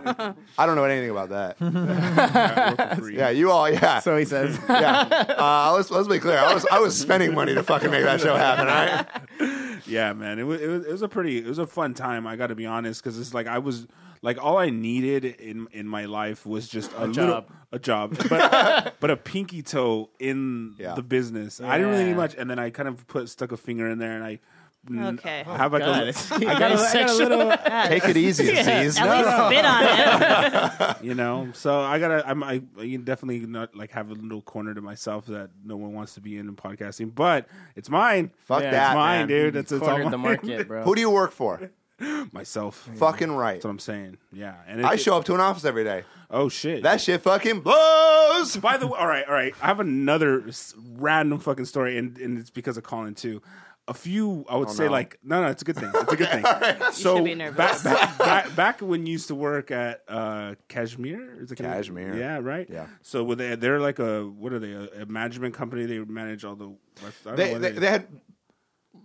I don't know anything about that.
to free.
Yeah, you all. Yeah,
So he says,
yeah. Uh, let's let's be clear. I was I was spending money to fucking make that show happen. All right.
yeah, man. It was, it was it was a pretty it was a fun time. I got to be honest because it's like I was like all I needed in in my life was just a, little-
job.
a job, but but a pinky toe in
Yeah.
the business. I didn't really
Yeah.
need much, and then I kind of put stuck a finger in there, and I. n-
Okay.
have like
God,
a,
it's
I got a, I got a little,
Take it easy, Aziz.
At least spit on it.
you know. So I gotta, I'm, I, I can definitely not like have a little corner to myself that no one wants to be in in podcasting, but it's mine.
Fuck
it's
that,
mine,
man.
dude. It's, it's all
cornered the
mine.
market, bro.
Who do you work for?
myself. Fuck.
Fucking right.
That's what I'm saying. Yeah, and it,
I show up to an office every day.
Oh shit.
That shit fucking blows.
By the way, all right, all right. I have another s- random fucking story, and, and it's because of Colin too. A few, I would say,
Oh, no.
like no, no, it's a good thing. It's a good thing. So
should be nervous.
Back, back, back, back when you used to work at uh, Kashmir, is it Kashmir?
Kashmir.
Yeah, right.
Yeah.
So were they, they're like a what are they? A, a management company. They manage all the. I don't know
they,
what
they, they had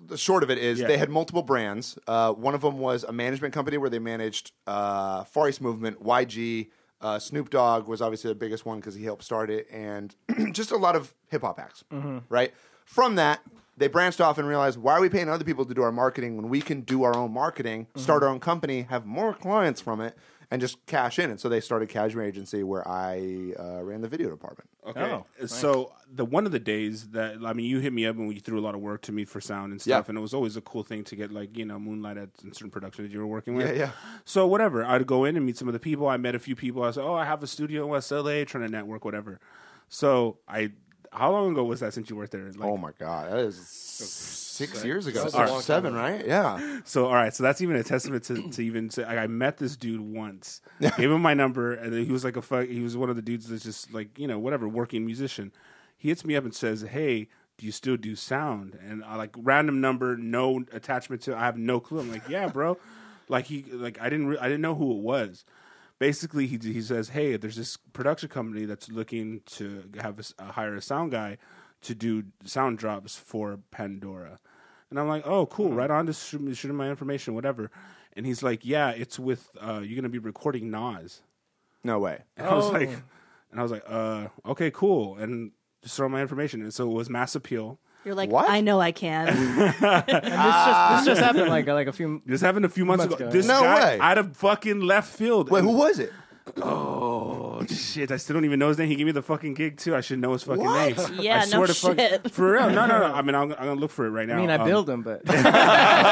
the short of it is
Yeah.
they had multiple brands. Uh, one of them was a management company where they managed uh, Far East Movement, YG. Uh, Snoop Dogg was obviously the biggest one because he helped start it, and just a lot of hip hop acts,
Mm-hmm.
right? From that, they branched off and realized why are we paying other people to do our marketing when we can do our own marketing,
Mm-hmm.
start our own company, have more clients from it, and just cash in. And so they started Cashmere Agency, where I uh, ran the video department.
Okay. Uh, so the one of the days that I mean, you hit me up and you threw a lot of work to me for sound and stuff,
Yeah.
and it was always a cool thing to get like you know moonlight at in certain production that you were working with.
Yeah, yeah.
So whatever, I'd go in and meet some of the people. I met a few people. I said, "Oh, I have a studio in West LA, trying to network, whatever." So I, how long ago was that since you worked there? Like,
Oh my god, that is six years ago.
That's a long
seven, right? Yeah.
So all right, so that's even a testament to, to even say like, I met this dude once, gave him my number, and then he was like a fuck. He was one of the dudes that's just like you know whatever working musician. He hits me up and says, "Hey, you still do sound and I like random number, no attachment to. I have no clue. I'm like, yeah, bro. like he, like I didn't, re- I didn't know who it was. Basically, he he says, hey, there's this production company that's looking to have a s- uh, hire a sound guy to do sound drops for Pandora. And I'm like, oh,
Mm-hmm.
cool, right on. Just shoot, me- shoot him my information, whatever. And he's like, yeah, it's with uh, you're gonna be recording Nas.
No way.
And I was like,
Oh.
and I was like, uh, okay, cool. And just throw my information. And so it was Mass Appeal.
You're like,
What?
I know I can.
This just this just happened like like a few.
This happened a few months
Months
ago.
ago,
This
yeah. No
guy
way.
out of fucking left field.
Wait,
And-
who was it?
Oh shit! I still don't even know his name. He gave me the fucking gig too. I should know his fucking
What?
name.
Yeah,
I
no
swear to fuck-
shit.
for real. No, no, no. I mean, I'm, I'm gonna look for it right now.
I mean, I
Um, uh,
build them, but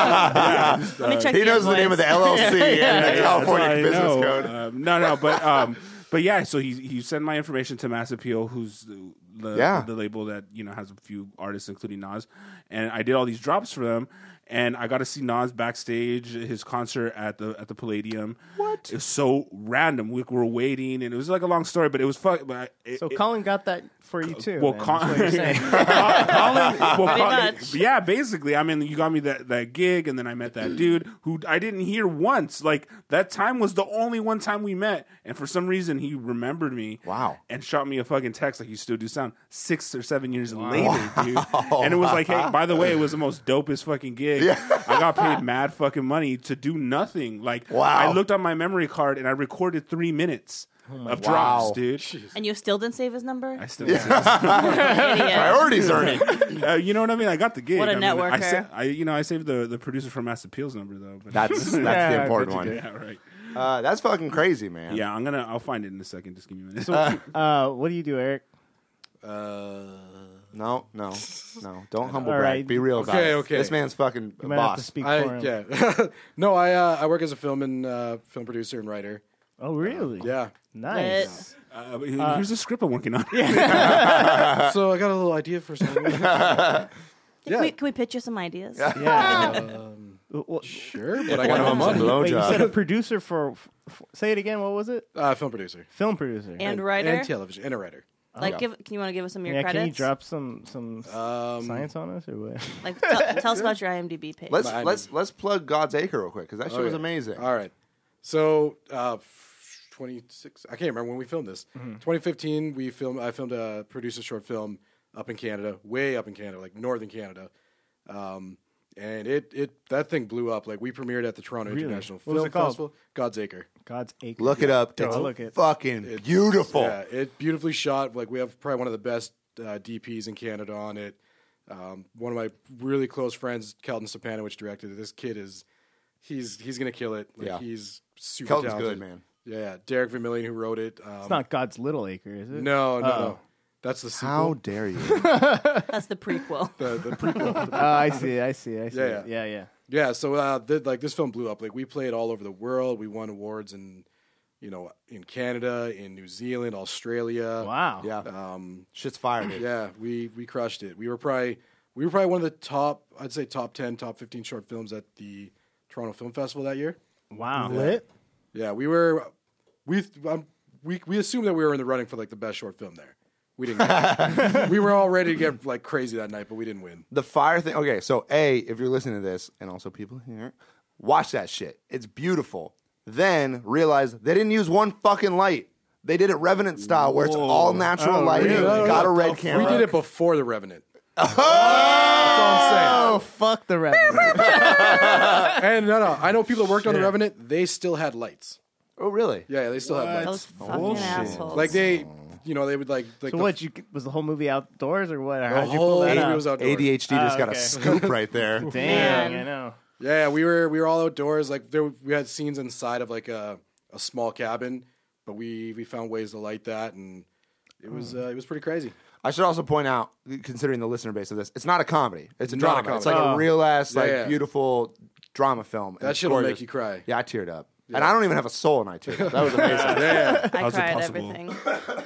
Let me check.
He knows the
invoice.
name of the LLC and the California
I
business
know.
code.
Um, no, no, but um, but yeah. So he he sent my information to Mass Appeal, who's the the,
Yeah.
the label that you know has a few artists, including Nas, and I did all these drops for them. And I got to see Nas backstage his concert at the at the Palladium. What? It was so random. We were waiting, and it was like a long story, but it was fuck. But it,
so
it-
Colin got that for you too.
Uh, well,
man.
Col-
That's what you're saying.
Colin- well, Col-
much.
yeah, basically. I mean, you got me that, that gig, and then I met that dude who I didn't hear once. Like that time was the only one time we met, and for some reason he remembered me.
Wow.
And shot me a fucking text like you still do sound six or seven years later, dude. And it was like, hey, by the way, it was the most dopest fucking gig. I got paid mad fucking money to do nothing. Like,
Wow.
I looked on my memory card and I recorded three minutes of drops,
Wow.
dude.
And you still didn't save his number.
I still.
Idiot.
Priorities, Ernie.
Uh, you know what I mean? I got the gig.
What a
I mean, I,
networker.
sa- I you know I saved the, the producer from Mass Appeals number though. But
That's that's
Yeah,
the
I
important
bet you
one.
yeah, right.
Uh, that's fucking crazy, man.
Yeah, I'm gonna I'll find it in a second. Just give me a minute.
uh, what do you do, Eric?
uh, No, no, no. Don't humble
All
brag.
right.
Be real, guys.
Okay, okay.
This man's fucking
You might have to
boss.
speak for
I
him.
yeah. no, I uh, I work as a film and uh, film producer and writer.
Oh, really?
Yeah.
Nice.
Uh, but here's a script I'm working on.
so I got a little idea for something.
Can, we, can we pitch you some ideas?
Yeah. Well,
sure, but I got no
Wait,
money.
Blow
wait, you
job.
said a producer for, f- f- Say it again. What was it?
Uh, film producer
Film producer.
And writer.
and television and a writer.
like, give. Can you want to give us some of your
yeah.
credits?
Can you drop some some s-
Um,
science on us or what?
Like, tell, tell us about your IMDb page.
Let's
Behind
let's let's plug God's Acre real quick because that shit was
Okay.
amazing.
All right. So, uh, 26, I can't remember when we filmed this. 2015, we filmed, I filmed a producer short film up in Canada, way up in Canada, like northern Canada. Um, and it, it, that thing blew up. Like, we premiered at the Toronto International
What was
Film
it called?
Festival, God's Acre.
God's acre.
Look it up.
Duh,
It's
look it.
fucking beautiful.
Yeah, it beautifully shot. Like we have probably one of the best uh, DPs in Canada on it. Um, one of my really close friends, Kelton Stepanovich, directed it. This kid is he's he's gonna kill it. Like,
Yeah.
he's super
Kelton's good,
talented.
man.
Yeah, Derek Vermillion who wrote it. Um,
It's not God's little acre, is it?
no, no, no. That's the sequel.
uh, How dare you?
That's the prequel.
the, the prequel.
Oh, I see. I see. I see.
Yeah,
Yeah.
yeah.
Yeah.
Yeah, so uh, th- like this film blew up. Like we played all over the world. We won awards in, you know, in Canada, in New Zealand, Australia.
Wow.
yeah,
Um,
shit's fired. dude.
yeah, we we crushed it. We were probably we were probably one of the top, I'd say top ten, top fifteen short films at the Toronto Film Festival that year.
Wow.
Lit. Yeah, we were we um, we we assumed that we were in the running for like the best short film there. We didn't. we were all ready to get like crazy that night, but we didn't win.
The fire thing. Okay, so a if you're listening to this, and also people here, watch that shit. It's beautiful. Then realize they didn't use one fucking light. They did it Revenant style, where it's all
Oh,
natural lighting.
No, no, no,
Got
no.
a red
Oh,
camera.
We did it before the Revenant. That's all I'm
Oh, fuck the revenue.
saying. And no, no, I know people that worked on the Revenant. They still had lights.
Oh, really?
Yeah, they still had
Those
lights.
fucking assholes.
Like they,
Oh.
you know, they would like. like
so
the,
what? You c- was the whole movie outdoors or what? Or
The
how'd you pull
whole
that
movie
out?
was outdoors. Ah,
ADHD just got a
okay.
scoop right there.
Dang.
Man.
I know.
Yeah, we were we were all outdoors. Like there, we had scenes inside of like a a small cabin, but we we found ways to light that, and it was uh, it was pretty crazy.
I should also point out, considering the listener base of this, it's not a comedy. It's a
Not
drama.
a
It's like
comedy. Oh.
a real ass, like
yeah.
beautiful drama film.
That shit'll make you cry.
Yeah, I teared up, and I don't even have a soul, and I teared up. That was amazing.
Yeah,
I
How's it
cried
possible?
everything.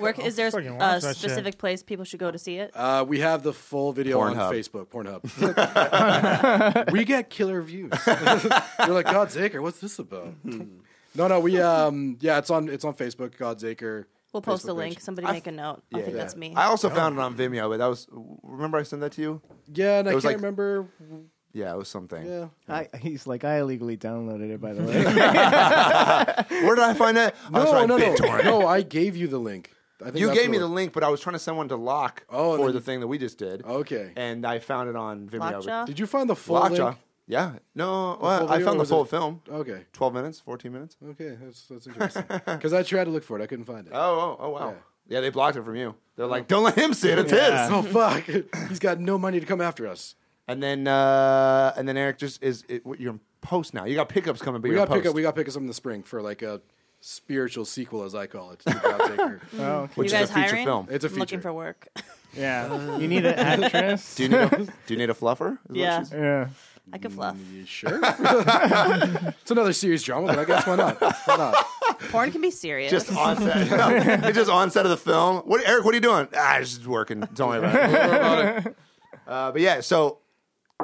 Where, is there
fucking watch
a
that shit.
specific place people should go to see it?
uh, we have the full video on
Pornhub.
Facebook, Pornhub. we get killer views. You're like God's Acre. What's this about? no, no, we um yeah, it's on it's on Facebook, God's Acre.
We'll post a
Facebook
link.
page.
Somebody make a note. I think that's me.
I also
Oh.
found it on Vimeo, but that was. Remember I sent that to you?
Yeah, and I
It was
can't
like-
remember.
Yeah, it was something.
Yeah.
I, he's like, I illegally downloaded it, by the way.
Where did I find that?
No,
oh, sorry,
no, no,
BitTorrent.
no. I gave you the link. I think
You
that's
gave me
what-
the link, but I was trying to send one to Locke
Oh, and
for
then
the
you-
thing that we just did.
Okay.
And I found it on Vimeo.
Lockjaw?
Did you find the full
Lockjaw.
link?
Yeah. No,
full
well, I
video or
found the
was
full
it-
film.
Okay.
12 minutes, 14 minutes.
Okay, that's, that's interesting. Because I tried to look for it, I couldn't find it.
Oh, oh, oh wow.
Yeah.
Yeah. they blocked it from you. They're like, don't let him see it. It's his.
Oh fuck! He's got no money to come after us.
And then, uh, and then Eric just is. It, what- you're in post now. You got pickups coming, but
We
you're
got
in post.
pick up. We got pick us up in the spring for like a spiritual sequel, as I call it. to The Outtaker.
oh, okay.
which
you
is a
guys
feature
hiring?
film.
It's a
I'm looking
feature.
for work.
yeah. You need an actress.
do you need a, do you need a fluffer? Is what
yeah,
she's-
yeah.
I could fluff.
Mm, You sure? it's another serious drama, but I guess why not? Why not?
Porn can be serious.
Just on set. it's just on set of the film. What, Eric? What are you doing? Ah, just working. Don't worry about it. Don't worry about it. Uh, but yeah, so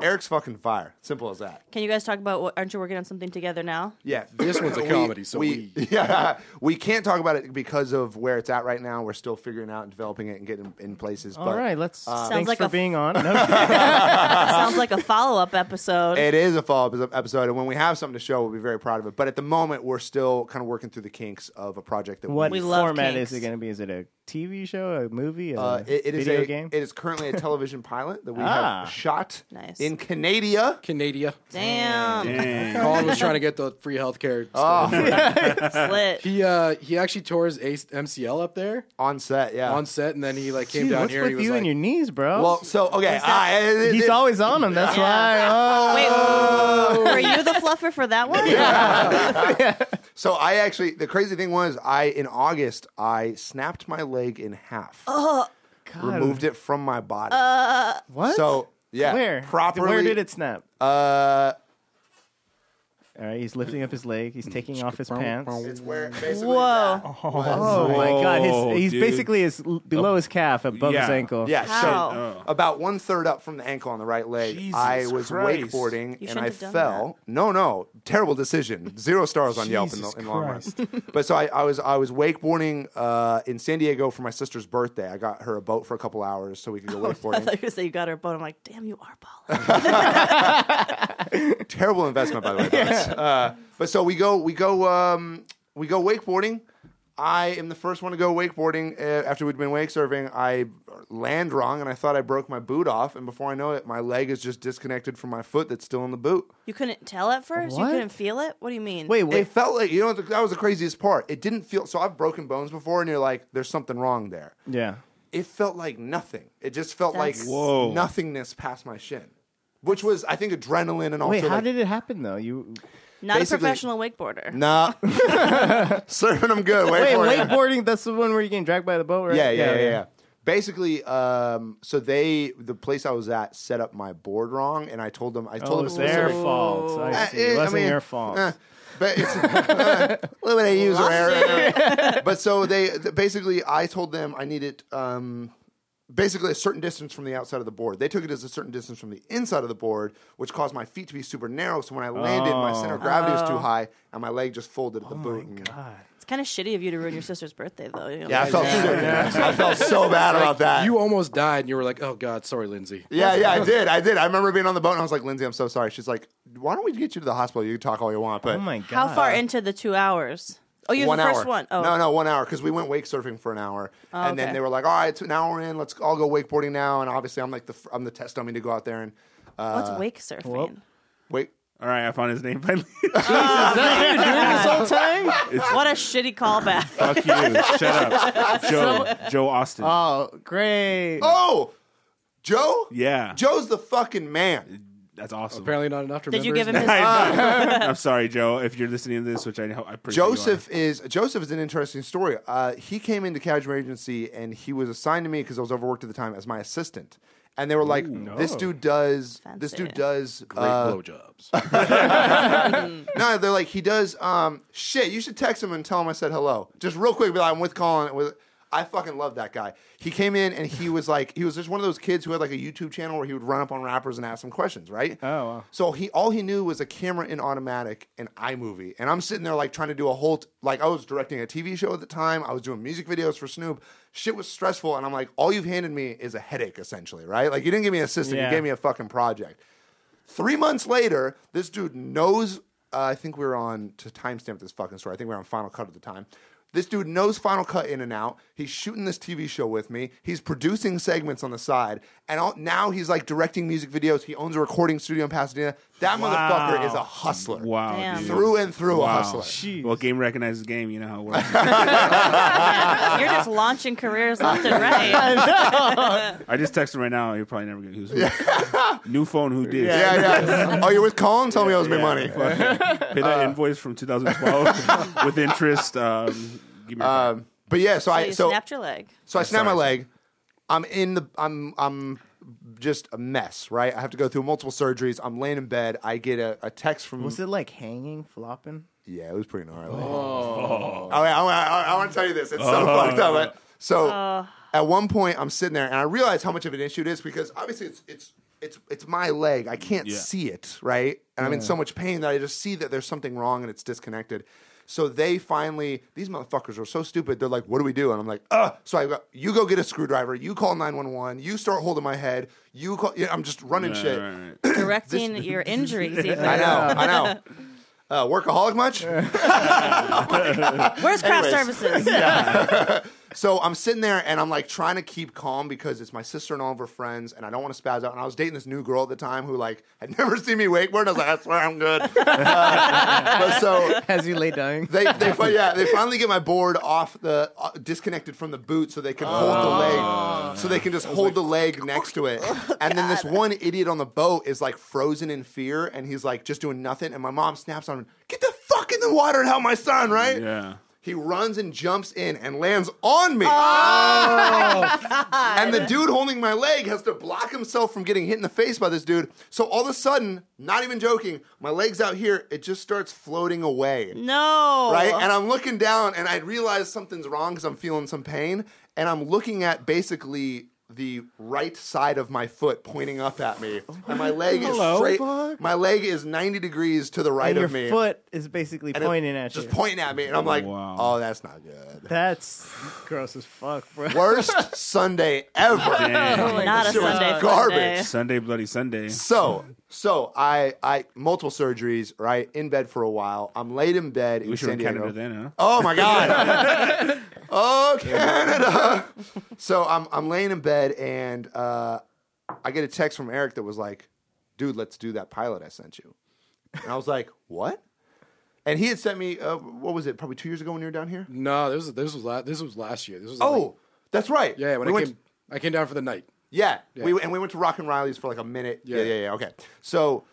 Eric's fucking fire. Simple as that.
can you guys talk about what? Aren't you working on something together now?
Yeah,
This one's a comedy, so we-
yeah we can't talk about it because of where it's at right now. We're still figuring out and developing it and getting in places.
All
but uh,
right, let's. thanks
like
for
a-
being on. No,
Sounds like a follow up episode.
Uh-huh. It is a follow up episode, and when we have something to show, we'll be very proud of it. But at the moment, we're still kind of working through the kinks of a project that
what
we.
We love
format
kinks.
is it going to be? Is it a TV show, a movie, a
Uh, it, it is
video
a,
game?
It is currently a television pilot that we
Ah.
have shot
Nice.
in Canada.
Canada.
Damn,
Dang.
Colin was trying to get the free healthcare.
Oh.
slit.
He uh, he actually tore his ace- MCL up there
on set. Yeah.
on set, and then he like came
Dude,
down
what's
here.
with
and he was
you
like,
and your knees, bro?
well, so okay, I, it- it-
he's
it-
always on them. That's why.
Wait, were you the fluffer for that one?
So I actually, the crazy thing was, I in August I snapped my leg in half,
Oh, God. Uh,
removed it from my body.
What?
So yeah,
where?
properly.
Where did it snap?
Uh,
All right, he's lifting up his leg. He's taking off his pants.
it's where basically.
Whoa,
Oh my God!
Whoa,
His, he's
dude.
basically his below his calf, above his
Yeah.
ankle.
Yeah,
How?
so about one third up from the ankle on the right leg,
Oh. Jesus
I was
Christ.
wakeboarding
You
and
shouldn't
I
have done
fell. No, no, terrible decision. Zero stars on Yelp in the,
Jesus
in the long run. but so I, I was I was wakeboarding uh, in San Diego for my sister's birthday. I got her a boat for a couple hours so we could go
I
wakeboarding.
thought you were saying you got her bone. I'm like, damn, you are balling.
terrible investment by the way. guys. Uh, but so we go we go um, we go wakeboarding. I am the first one to go wakeboarding uh, after we'd been wake surfing. I land wrong and I thought I broke my boot off, and before I know it, my leg is just disconnected from my foot that's still in the boot.
You couldn't tell at first.
What?
You couldn't feel it. What do you mean?
Wait, wait.
It felt like you know what the- that was the craziest part. It didn't feel so. I've broken bones before, and you're like, there's something wrong there.
yeah.
It felt like nothing. It just felt
That's-
like
Whoa.
nothingness past my shin, which was I think adrenaline and also
Wait, how
like,
did it happen though? You
not a
basically-
professional wakeboarder.
Nah. Serving them good. Wait,
wait,
for it.
wakeboarding. That's the one where you're getting dragged by the boat, right?
Yeah, yeah, yeah, yeah. Basically, um, so they, the place I was at, set up my board wrong, and I told them, I
Oh,
told
it
them
was their
specifically-
fault. I
Uh,
see. It
eh, I
wasn't
mean,
your fault.
eh, but it's uh, a little bit of user error. but so they th- basically, I told them I needed um, basically a certain distance from the outside of the board. They took it as a certain distance from the inside of the board, which caused my feet to be super narrow. So when I landed, my center of gravity was too high, and my leg just folded at the boot. and-
It's kind of shitty of you to ruin your sister's birthday, though. You know,
Yeah, I
like-
felt, I felt so bad about that.
you almost died, and you were like, oh god, sorry, Lindsay.
Yeah, yeah, I did. I did. I remember being on the boat and I was like, Lindsay, I'm so sorry. She's like, why don't we get you to the hospital? You can talk all you want. But
Oh my god!
How far into the two hours? Oh, you're
one
the first
hour.
one. Oh,
No, no, one hour. Because we went wake surfing for an hour. and then
okay.
they were like, all right, it's an hour in. Let's all go wakeboarding now. And obviously, I'm like, the, fr- I'm the test dummy to go out there and
What's wake surfing?
wait.
All right, I found his name finally.
This whole time?
What a shitty callback.
Fuck you. Shut up. Joe, Joe Austin.
Uh,
Oh, great!
Oh, Joe?
yeah.
Joe's the fucking man.
That's awesome.
Apparently not enough to remember.
Did you
his
give him
name.
his?
I'm sorry, Joe, if you're listening to this, which I know I appreciate. you
Joseph is Joseph is an interesting story. Uh, he came into Cashmere Agency and he was assigned to me because I was overworked at the time as my assistant. And they were like, "This dude does. This
Fancy.
dude does
Great
uh,
blowjobs.
No, they're like he does. Um, shit, you should text him and tell him I said hello. Just real quick, be like, I'm with Colin. With I fucking love that guy. He came in and he was like, he was just one of those kids who had like a YouTube channel where he would run up on rappers and ask them questions, right? Oh.
wow.
So he all he knew was a camera in automatic and iMovie, and I'm sitting there like trying to do a whole t- like I was directing a TV show at the time. I was doing music videos for Snoop. Shit was stressful, and I'm like, all you've handed me is a headache, essentially, right? Like you didn't give me an assistant,
Yeah.
you gave me a fucking project. Three months later, this dude knows. Uh, I think we were on to timestamp this fucking story. I think we were on Final Cut at the time. This dude knows Final Cut in and out. He's shooting this TV show with me. He's producing segments on the side, and all, now he's like directing music videos. He owns a recording studio in Pasadena. That motherfucker is a hustler,
Wow,
Damn.
dude.
through and through a
Wow.
hustler.
Jeez.
Well, game recognizes game. You know how it works.
You're just launching careers left and right.
I just texted him right now. You're probably never gonna use it. New phone. Who did?
Yeah, yeah. oh, you're with Colin? Tell me I was big money. Uh,
Pay that invoice from 2012 with interest. Um, give me. your phone.
Um, but yeah, so,
So
I
you
so
snapped your leg.
So I snap my leg. I'm in the. I'm. I'm just a mess, right? I have to go through multiple surgeries. I'm laying in bed. I get a, a text from.
Was it like hanging, flopping?
Yeah, it was pretty gnarly. Oh, I, want to tell you this. It's so
Oh.
fucked up. but- so at one point, I'm sitting there and I realize how much of an issue it is because obviously it's it's it's it's my leg. I can't
Yeah.
see it, right? And I'm in so much pain that I just see that there's something wrong and it's disconnected. So they finally, these motherfuckers are so stupid. They're like, "What do we do?" And I'm like, "Uh." So I go, "You go get a screwdriver. You call 911. You start holding my head. You call. yeah, I'm just running
Right,
shit.
right, right.
Directing your injuries.
I
Even.
know. I know. Uh, workaholic much?
Where's craft
Anyways.
services?
So I'm sitting there and I'm like trying to keep calm because it's my sister and all of her friends and I don't want to spaz out. And I was dating this new girl at the time who like had never seen me wakeboard. I was like, I swear I'm good. Uh, but so
As you lay dying.
they, they fi- yeah they finally get my board off the uh, disconnected from the boot so they can hold the leg so they can just hold the leg next to it and then this one idiot on the boat is like frozen in fear and he's like just doing nothing and my mom snaps on him get the fuck in the water and help my son right
Yeah.
he runs and jumps in and lands on me.
Oh,
and the dude holding my leg has to block himself from getting hit in the face by this dude. So all of a sudden, not even joking, my leg's out here, it just starts floating away
No.
right? And I'm looking down, and I realize something's wrong because I'm feeling some pain, and I'm looking at basically the right side of my foot pointing up at me, and my leg is
Oh Hello,
straight.
fuck.
My leg is 90 degrees to the right
and your
of me,
foot is basically
and it-
pointing at you.
just pointing at me, and I'm like,
wow.
oh, that's not good.
That's gross as fuck, bro.
Worst Sunday ever.
Damn.
Not a
Shit was
Sunday. fun
garbage.
day.
Sunday, bloody Sunday.
So, so I, I multiple surgeries, right? In bed for a while. I'm laid in bed in
Wish you were
San
in
Diego.
Canada then, huh?
Oh my god. oh Canada. So I'm I'm laying in bed and uh, I get a text from Eric that was like, "Dude, let's do that pilot I sent you." And I was like, "What?" And he had sent me uh, what was it? Probably two years ago when you were down here.
No, this was this was last this was last year. This was like-
Oh, that's right.
yeah. When
we
I
went
came, I came down for the night.
yeah, we and we went to Rock and Riley's for like a minute. Yeah,
Yeah.
yeah, yeah. Okay, so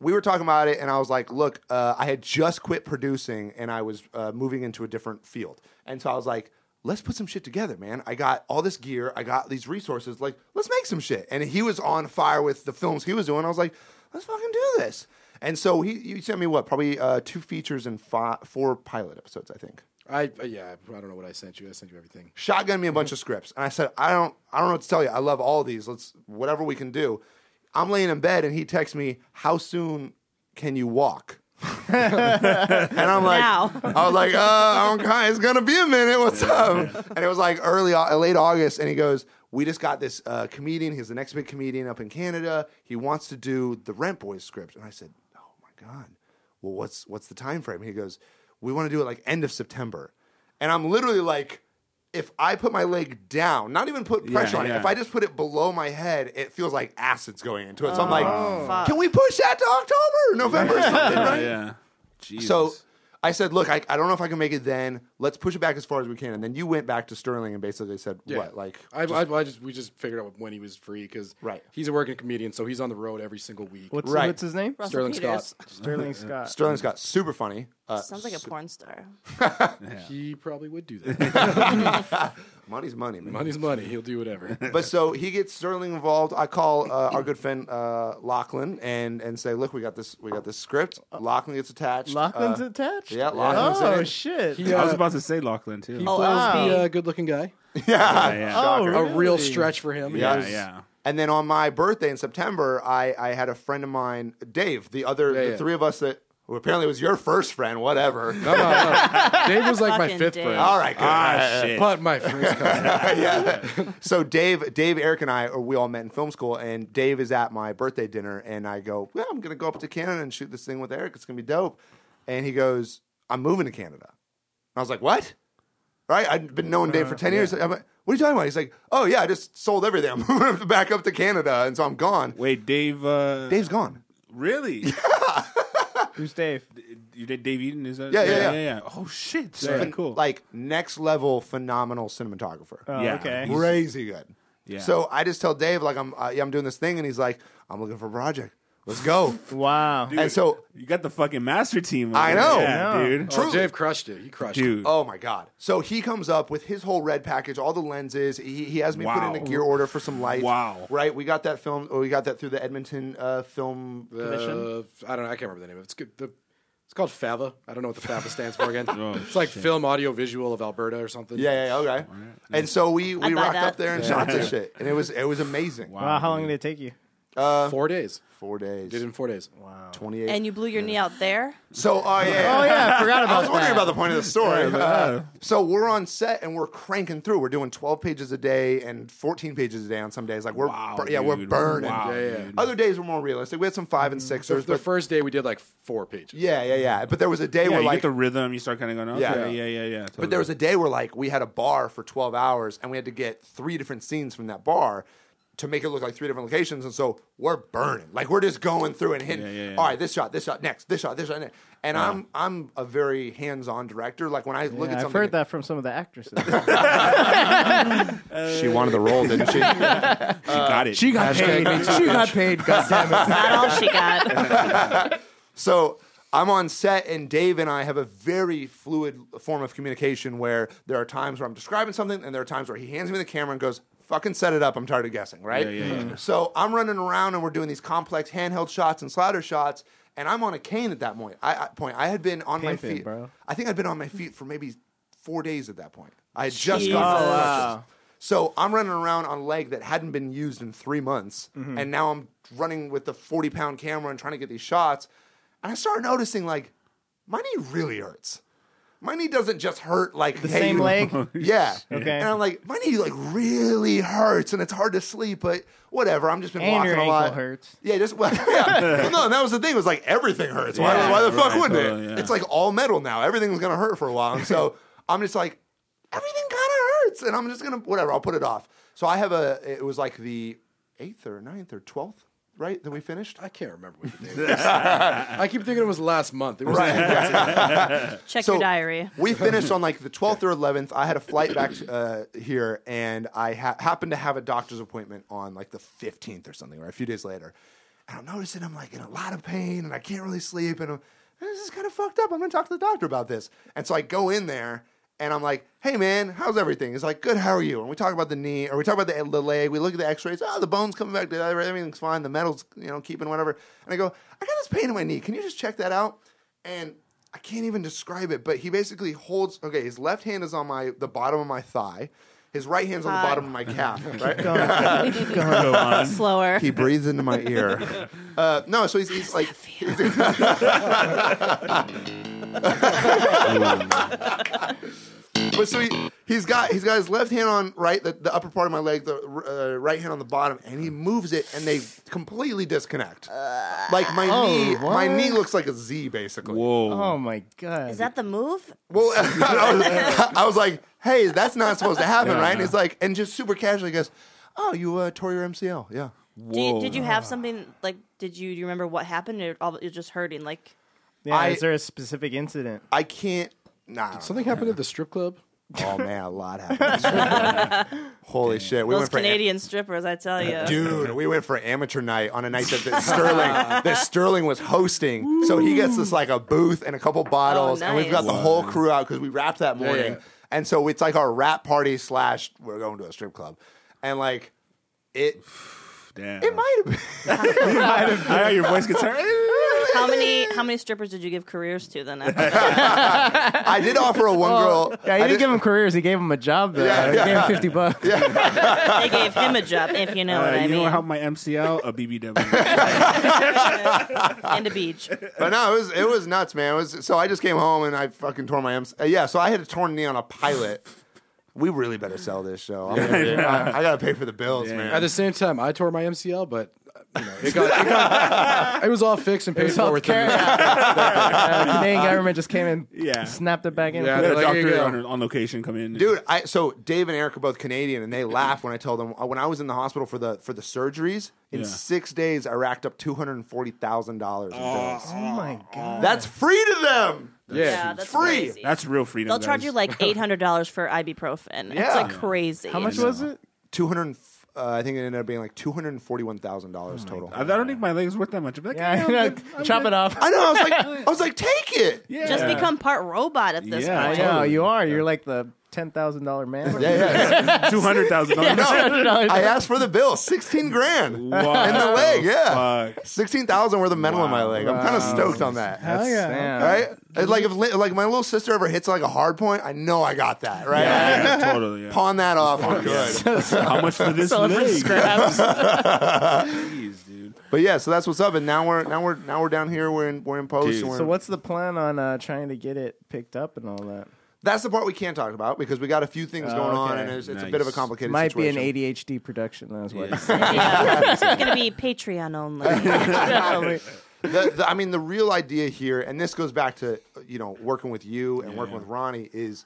we were talking about it, and I was like, "Look, uh, I had just quit producing, and I was uh, moving into a different field, and so I was like." Let's put some shit together, man. I got all this gear. I got these resources. Like, let's make some shit. And he was on fire with the films he was doing. I was like, let's fucking do this. And so he, you sent me what? Probably uh, two features and five, four pilot episodes, I think
I uh, yeah. I don't know what I sent you. I sent you everything.
shotgun me a bunch of scripts and i said i don't i don't know what to tell you i love all these let's whatever we can do i'm laying in bed and he texts me how soon can you walk and i'm like
Wow.
i was like uh okay it's gonna be a minute what's up and it was like early au- late august and he goes we just got this uh, comedian he's the next big comedian up in canada he wants to do the rent boys script and i said oh my god well what's what's the time frame he goes we want to do it like end of september and i'm literally like if I put my leg down, not even put pressure on it,
yeah.
if I just put it below my head, it feels like acid's going into it. So I'm like, can we push that to October, November, or something, right?
Oh. Yeah. Jesus.
So I said, look, I, I don't know if I can make it then. Let's push it back as far as we can. And then you went back to Sterling and basically said,
Yeah.
what? Like,
I, I, I just we just figured out when he was free because
Right.
he's a working comedian, so he's on the road every single week.
What's,
Right.
what's his name?
Russell
Sterling
Peters.
Scott.
Sterling Scott.
Sterling's got super funny. Uh,
Sounds like a porn star.
He probably would do that.
money's money, man.
Money's money. He'll do whatever.
But so he gets Sterling involved. I call uh, our good friend uh, Lachlan and and say, look, we got this, we got this script. Lachlan gets attached.
Lachlan's
Uh,
attached?
yeah, Lachlan's in
Oh,
it.
shit.
He,
I
uh,
was about to say Lachlan too.
he plays the uh, good-looking guy.
yeah.
yeah.
Shocker.
a real stretch for him.
Yeah,
It
yeah,
was-
yeah.
And then on my birthday in September, I, I had a friend of mine, Dave, the other,
Yeah,
the
yeah.
three of us that, who apparently was your first friend, whatever.
No, no, no. Dave was like my
Fucking
fifth
Dave.
friend.
All right, good.
Ah, shit.
But my first cousin.
yeah. So Dave, Dave, Eric, and I, or we all met in film school, and Dave is at my birthday dinner, and I go, "Well, I'm gonna go up to Canada and shoot this thing with Eric. It's gonna be dope." And he goes, "I'm moving to Canada." And I was like, "What?" Right? I'd been knowing
Uh,
Dave for ten years. I'm like, "What are you talking about?" He's like, "Oh yeah, I just sold everything. I'm moving back up to Canada, and so I'm gone."
Wait, Dave. Uh,
Dave's gone.
really?
Who's Dave?
you did Dave Eden? Is that?
Yeah, yeah, yeah.
Oh shit! Very cool.
Like next level, phenomenal cinematographer.
Oh,
Yeah.
Okay.
He's-
crazy good.
Yeah.
So I just tell Dave like I'm uh, yeah, I'm doing this thing, and he's like, "I'm looking for a project. Let's go."
Wow.
and so
you got the fucking master team.
I
over
know.
there. yeah,
Yeah.
dude.
Oh, Dave crushed it. He crushed it.
Dude,
Oh my god! So he comes up with his whole red package, all the lenses. He, he has me
Wow.
put in a gear order for some lights.
Wow.
Right? We got that film. Or we got that through the Edmonton uh, um, Film
Uh,
Commission.
I don't know. I can't remember the name of it. It's good. The, it's called FAVA. I don't know what the FAVA stands for again. it's like Film Audio Visual of Alberta or something.
yeah, yeah, okay. And so we we
buy
rocked
that.
up there and shot this shit, and it was it was amazing.
Wow. How long did it take you?
Four days.
Four days,
Did it in four days.
twenty eight.
And you blew your knee out there?
So oh yeah,
Oh yeah, I forgot
I
about
was wondering about the point of the story. Uh, so we're on set and we're cranking through. We're doing 12 pages a day and 14 pages a day on some days. Like we're
Wow,
bur- yeah, we're
dude.
burning.
Wow,
Yeah, yeah.
dude.
Other days were more realistic. We had some five and
So
sixers,
the
but
first day we did like four pages.
yeah, yeah, yeah. But there was a day
Yeah,
where
you
like
get the rhythm. You start kind of going, okay,
Yeah.
yeah, yeah, yeah, yeah.
But there was a day where like we had a bar for 12 hours and we had to get three different scenes from that bar to make it look like three different locations. And so we're burning. Like we're just going through and hitting.
Yeah, yeah, yeah.
All right, this shot, this shot, next, this shot, this shot, next. And I'm I'm a very hands-on director. Like when I look at
Yeah,
something
I've heard that from some of the actresses.
she wanted the role, didn't she?
she got it.
got paid. She got paid. God damn it.
Not all she got.
So I'm on set, and Dave and I have a very fluid form of communication where there are times where I'm describing something, and there are times where he hands me the camera and goes, Fucking set it up. I'm tired of guessing, right?
Yeah, yeah, yeah.
So I'm running around and we're doing these complex handheld shots and slider shots, and I'm on a cane at that point. I, I, point. I had been on my
Pimpin',
feet.
bro.
I think I'd been on my feet for maybe four days at that point. I had just
Jesus.
gotten
Oh,
wow.
so I'm running around on a leg that hadn't been used in three months,
Mm-hmm.
and now I'm running with the 40 pound camera and trying to get these shots. And I start noticing like my knee really hurts. My knee doesn't just hurt like the
same leg?
Yeah.
Okay.
And I'm like, my knee like really hurts, and it's hard to sleep, but whatever. I'm just been
And
walking
your
a lot.
ankle hurts.
Yeah, just well, yeah. no. That was the thing. It was like everything hurts. Why,
Yeah,
why the fuck
right,
wouldn't
totally,
it?
yeah.
It's like all metal now. Everything's gonna hurt for a while. And so I'm just like, everything kind of hurts, and I'm just gonna whatever. I'll put it off. So I have a. It was like the eighth or ninth or twelfth, right? That we finished.
I can't remember what the day was. I keep thinking it was last month. It was
Right.
Check
So-
your diary.
we finished on like the 12th or 11th. I had a flight back uh, here, and I ha- happened to have a doctor's appointment on like the 15th or something, or a few days later. And I'm noticing I'm like in a lot of pain, and I can't really sleep, and I'm, this is kind of fucked up. I'm gonna talk to the doctor about this. And so I go in there, and I'm like, "Hey, man, how's everything?" He's like, "Good. How are you?" And we talk about the knee, or we talk about the, the leg. We look at the X-rays. Oh, the bone's coming back together. Everything's fine. The metal's you know keeping whatever. And I go, "I got this pain in my knee. Can you just check that out?" And I can't even describe it, but he basically holds. Okay, his left hand is on my the bottom of my thigh. His right hand's on the bottom of my calf. Right?
Go on.
Slower.
he breathes into my ear. Uh, no, so he's, he's like, but so he, he's got he's got his left hand on right the, the upper part of my leg, the uh, right hand on the bottom, and he moves it, and they completely disconnect. like my knee, my knee looks like a Z basically.
Whoa.
Oh my god.
Is that the move?
Well, I, was, I was like, hey, that's not supposed to happen, right? And he's like, and just super casually goes, oh, you uh, tore your MCL, yeah.
Do you,
Whoa.
did you have something like? Did you do you remember what happened? Or all, you're just hurting. Like
yeah,
I-
is there a specific incident?
I can't. Nah.
Something happened at the strip club.
Oh man, a lot happened. Holy shit, we
those
went for
Canadian strippers, I tell you.
dude. We went for amateur night on a night that, that Sterling that Sterling was hosting. So he gets us like a booth and a couple bottles, and we've got the
Oh, nice.
whole crew out because we wrapped that
yeah.
morning. And so it's like our rap party slash we're going to a strip club, and like it
Damn.
it might have been.
I know your voice gets hurt.
How many how many strippers did you give careers to then? After
I did offer a one girl.
Oh, Yeah,
I
he didn't
did-
give him careers. He gave him a job though.
Yeah,
he gave
yeah.
him fifty bucks.
they gave him a job, if you know
Uh,
what I
you
mean,
know how my MCL a BBW.
and a beach.
But no, it was it was nuts, man. It was so I just came home and I fucking tore my MC. Uh, yeah, so I had a torn knee on a pilot. We really better sell this show. I'm gonna- I, I gotta pay for the bills,
At
man.
the same time, I tore my MCL, but uh, you know, it, got, it, got, it was all fixed and paid for with the
Healthcare. Uh, the Canadian government just came and
Yeah.
snapped it back in.
Yeah,
I had a
Like, here you go.
doctor on, on location come in.
Dude, I so Dave and Eric are both Canadian, and they laugh when I tell them uh, when I was in the hospital for the for the surgeries. In
Yeah.
six days, I racked up two hundred and forty thousand dollars in bills.
Oh my god.
That's free to them.
Yeah.
Yeah, that's
Free.
Crazy.
that's real freedom.
They'll charge
guys.
you like eight hundred dollars for ibuprofen.
Yeah.
It's like crazy.
How much was it?
Two hundred. Uh, I think it ended up being like two hundred forty-one thousand dollars total.
I don't think Oh my legs worth that much. I'm like,
Yeah,
yeah,
you know,
I'm good. I'm
chop
good.
it off.
I know. I was like, I was like, take it.
Yeah.
Just become part robot at this
Yeah,
I
point.
know Oh, you are. You're like the ten thousand dollar man.
Yeah, yeah.
two hundred thousand dollars.
$200.
I asked for the bill, sixteen grand
Wow.
in the leg. Yeah,
Fuck.
sixteen thousand worth of metal in my leg. I'm kind of stoked on that.
Hell yeah.
Right? It's like if li- like my little sister ever hits like a hard point, I know I got that. Right?
Yeah, totally. Yeah.
Pawn that off. I'm good.
How much for this
Selling for
leg?
scraps.
Jeez, dude.
but yeah, so that's what's up. And now we're now we're now we're down here. We're in we're in post.
Dude.
and we're
So
in-
what's the plan on uh, trying to get it picked up and all that?
That's the part we can't talk about because we got a few things going on,
okay.
and it's, it's a
Oh, Nice.
bit of a complicated
Might
situation.
be an ADHD production. That's what.
Yeah. it's going to be Patreon only.
Probably.
the, the, I mean, the real idea here, and this goes back to you know working with you and working with Ronnie is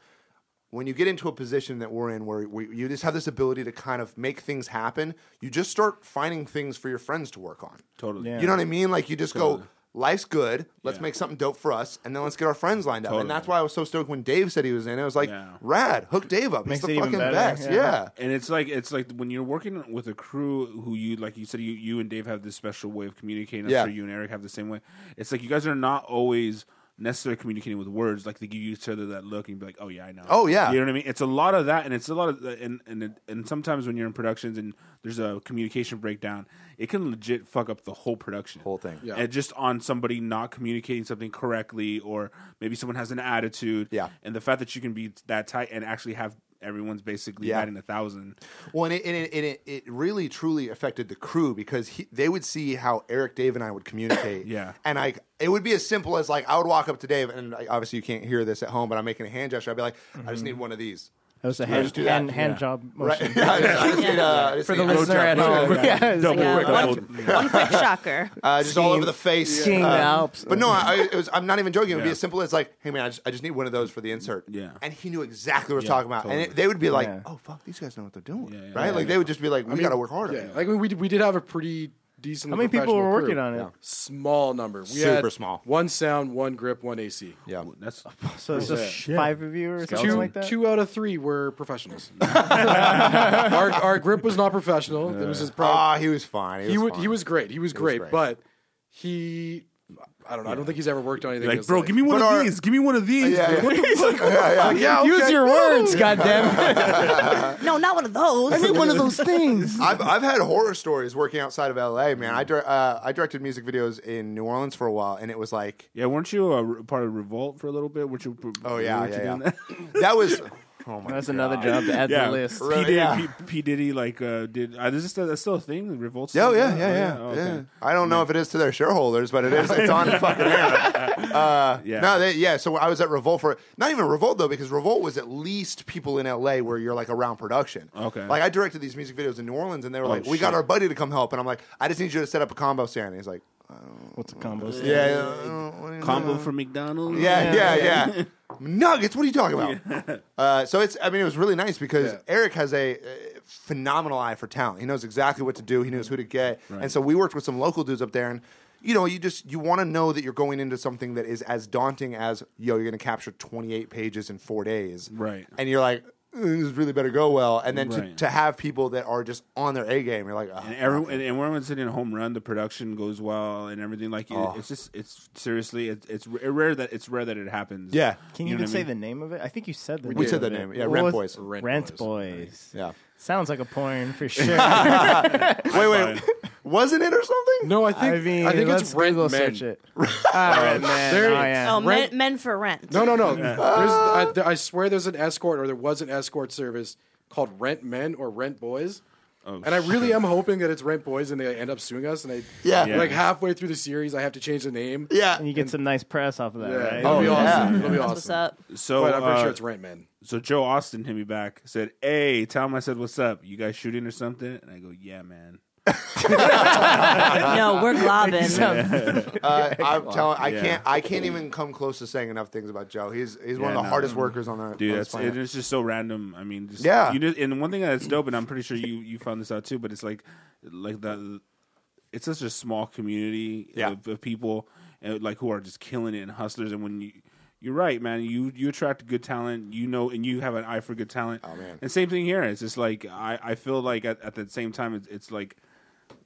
when you get into a position that we're in where we, you just have this ability to kind of make things happen. You just start finding things for your friends to work on.
Totally.
You know what I mean? Like you just go. Life's good. Let's make something dope for us, and then let's get our friends lined up. And
Totally.
that's why I was so stoked when Dave said he was in. I was like,
Yeah.
"Rad, hook Dave up.
Makes
He's
it
the
even
fucking
better,
best." Yeah.
yeah.
And it's like it's like when you're working with a crew who you like you said you you and Dave have this special way of communicating. I'm
Yeah.
sure you and Eric have the same way. It's like you guys are not always necessarily communicating with words. Like they give each other that look and be like, "Oh yeah, I know."
Oh, yeah.
You know what I mean? It's a lot of that, and it's a lot of and and it- and sometimes when you're in productions and there's a communication breakdown, it can legit fuck up the whole production,
Whole thing.
Yeah.
And just on somebody not communicating something correctly, or maybe someone has an attitude.
Yeah.
And the fact that you can be that tight and actually have everyone's basically
Yeah.
batting a thousand.
Well, and it, and it, and it, it really truly affected the crew because he, they would see how Eric, Dave, and I would communicate.
Yeah.
And I, it would be as simple as like, I would walk up to Dave, and like, obviously you can't hear this at home, but I'm making a hand gesture. I'd be like, I
Mm-hmm.
just need one of these.
That was a
just
hand,
do that.
hand, hand job
Right.
motion.
I just, I just need, uh, I just
For the
need- I just
listener
need-
at home,
Yeah.
yeah, it's
Double
like,
quick,
uh,
one-
double-
One quick shocker.
Uh, just all
Skiing-
over the face.
skiing
Uh,
the Alps.
But no, I, I- it was, I'm not even joking. It would be
Yeah.
as simple as like, hey man, I just, I just need one of those for the insert.
Yeah.
And he knew exactly what I was
Yeah,
talking about. And
totally.
it, they would be like,
Yeah.
oh fuck, these guys know what they're doing.
Yeah, yeah,
right?
yeah,
like
yeah.
they would just be like, we gotta work harder.
Yeah, like we we did, we did have a pretty decent.
How many people
professional
were working
crew.
on it?
Small number. We
Super
had
small.
One sound, one grip, one AC.
Yeah.
That's
So it's just
Shit.
five of you or something
Two,
like that.
two out of three were professionals. our, our grip was not professional. It was his pro-
Ah, he was fine.
he was
fine.
he was great. He was, great,
great.
but he I don't know. I don't think he's ever worked on anything. in
like,
his
bro,
life.
give me one
But
of
our-
these. Give me one of these.
Yeah, yeah.
What the fuck?
yeah, yeah, yeah, okay.
Use your words, goddamn.
No, not one of those.
I need one of those things.
I've, I've had horror stories working outside of LA, man. I, dir- uh, I directed music videos in New Orleans for a while, and it was like,
Yeah, weren't you a part of Revolt for a little bit? Weren't you?
oh, yeah,
weren't you
yeah,
doing
yeah.
that?
That was, oh my
That's another job to add to
Yeah.
the list.
Right.
P Diddy,
Yeah.
P, P Diddy, like uh, did. Uh, is this still, that's still a thing? Revolt.
Yeah,
still-
oh, yeah,
oh,
yeah, yeah.
Oh, okay.
yeah. I don't know if it is to their shareholders, but it is. It's on the fucking air. Uh,
Yeah.
No, they, yeah. So I was at Revolt for not even Revolt though, because Revolt was at least people in LA where you're like around production.
Okay.
Like I directed these music videos in New Orleans, and they were
Oh,
like, "We
shit.
got our buddy to come help," and I'm like, "I just need you to set up a combo stand." And he's like,
What's a combo?
"Yeah, yeah, uh, what do you
Combo from McDonald's.
Yeah, yeah, yeah. Nuggets. What are you talking about? Uh, so it's. I mean, it was really nice because
Yeah.
Eric has a uh, phenomenal eye for talent. He knows exactly what to do. He knows who to get. And so we worked with some local dudes up there, and you know, you just you want to know that you're going into something that is as daunting as yo, you're going to capture 28 pages in four days,
Right.
And you're like. "Mm, This really better go well, and then to,
Right.
to have people that are just on their A game, you're like, oh,
And everyone, and, and everyone's hitting a home run. The production goes well, and everything. Like it, it's just, it's seriously, it, it's r- rare that it's rare that it happens.
yeah,
Can you,
You
even
know what I
say
mean?
the name of it? I think you said the
We
name.
said
of
the
it.
name. Yeah,
What
Rent
was-
Boys.
Rent
Rent
Boys.
Boys.
Yeah.
Sounds like a porn for sure.
wait, wait, Wasn't it or something?
No, I think
I mean,
I think
let's
it's Rent
Google
Men.
search it. Ah, Red Men.
there-
Oh, yeah.
Oh,
Rent-
men, men for rent.
No, no, no. Uh, There's, I, there- I swear there's an escort or there was an escort service called Rent Men or Rent Boys.
Oh,
and I really am hoping that it's Rent Boys and they end up suing us. And I,
Yeah.
Yeah.
like halfway through the series, I have to change the name.
Yeah.
And you get some nice press off of that,
Yeah,
right?
It'll be
Oh, yeah.
awesome. It'll be
That's
awesome.
what's up.
So,
But I'm pretty
uh,
sure it's Rent Men.
so Joe Austin hit me back, said, "Hey, Tom," I said, "What's up? You guys shooting or something?" And I go, "Yeah, man."
no, we're globbing.
Uh, I'm telling. I
Yeah.
can't. I can't even come close to saying enough things about Joe. He's he's one of
Yeah,
the
no.
hardest workers on the
Dude,
On this
that's it,
planet.
it's just so random. I mean, just,
Yeah.
You just, and one thing that's dope, and I'm pretty sure you you found this out too, but it's like like the it's such a small community
Yeah.
of, of people and like who are just killing it and hustlers. And when you you're right, man, you you attract good talent. You know, and you have an eye for good talent. Oh
man.
And same thing here. It's just like I I feel like at, at the same time, it's, it's like.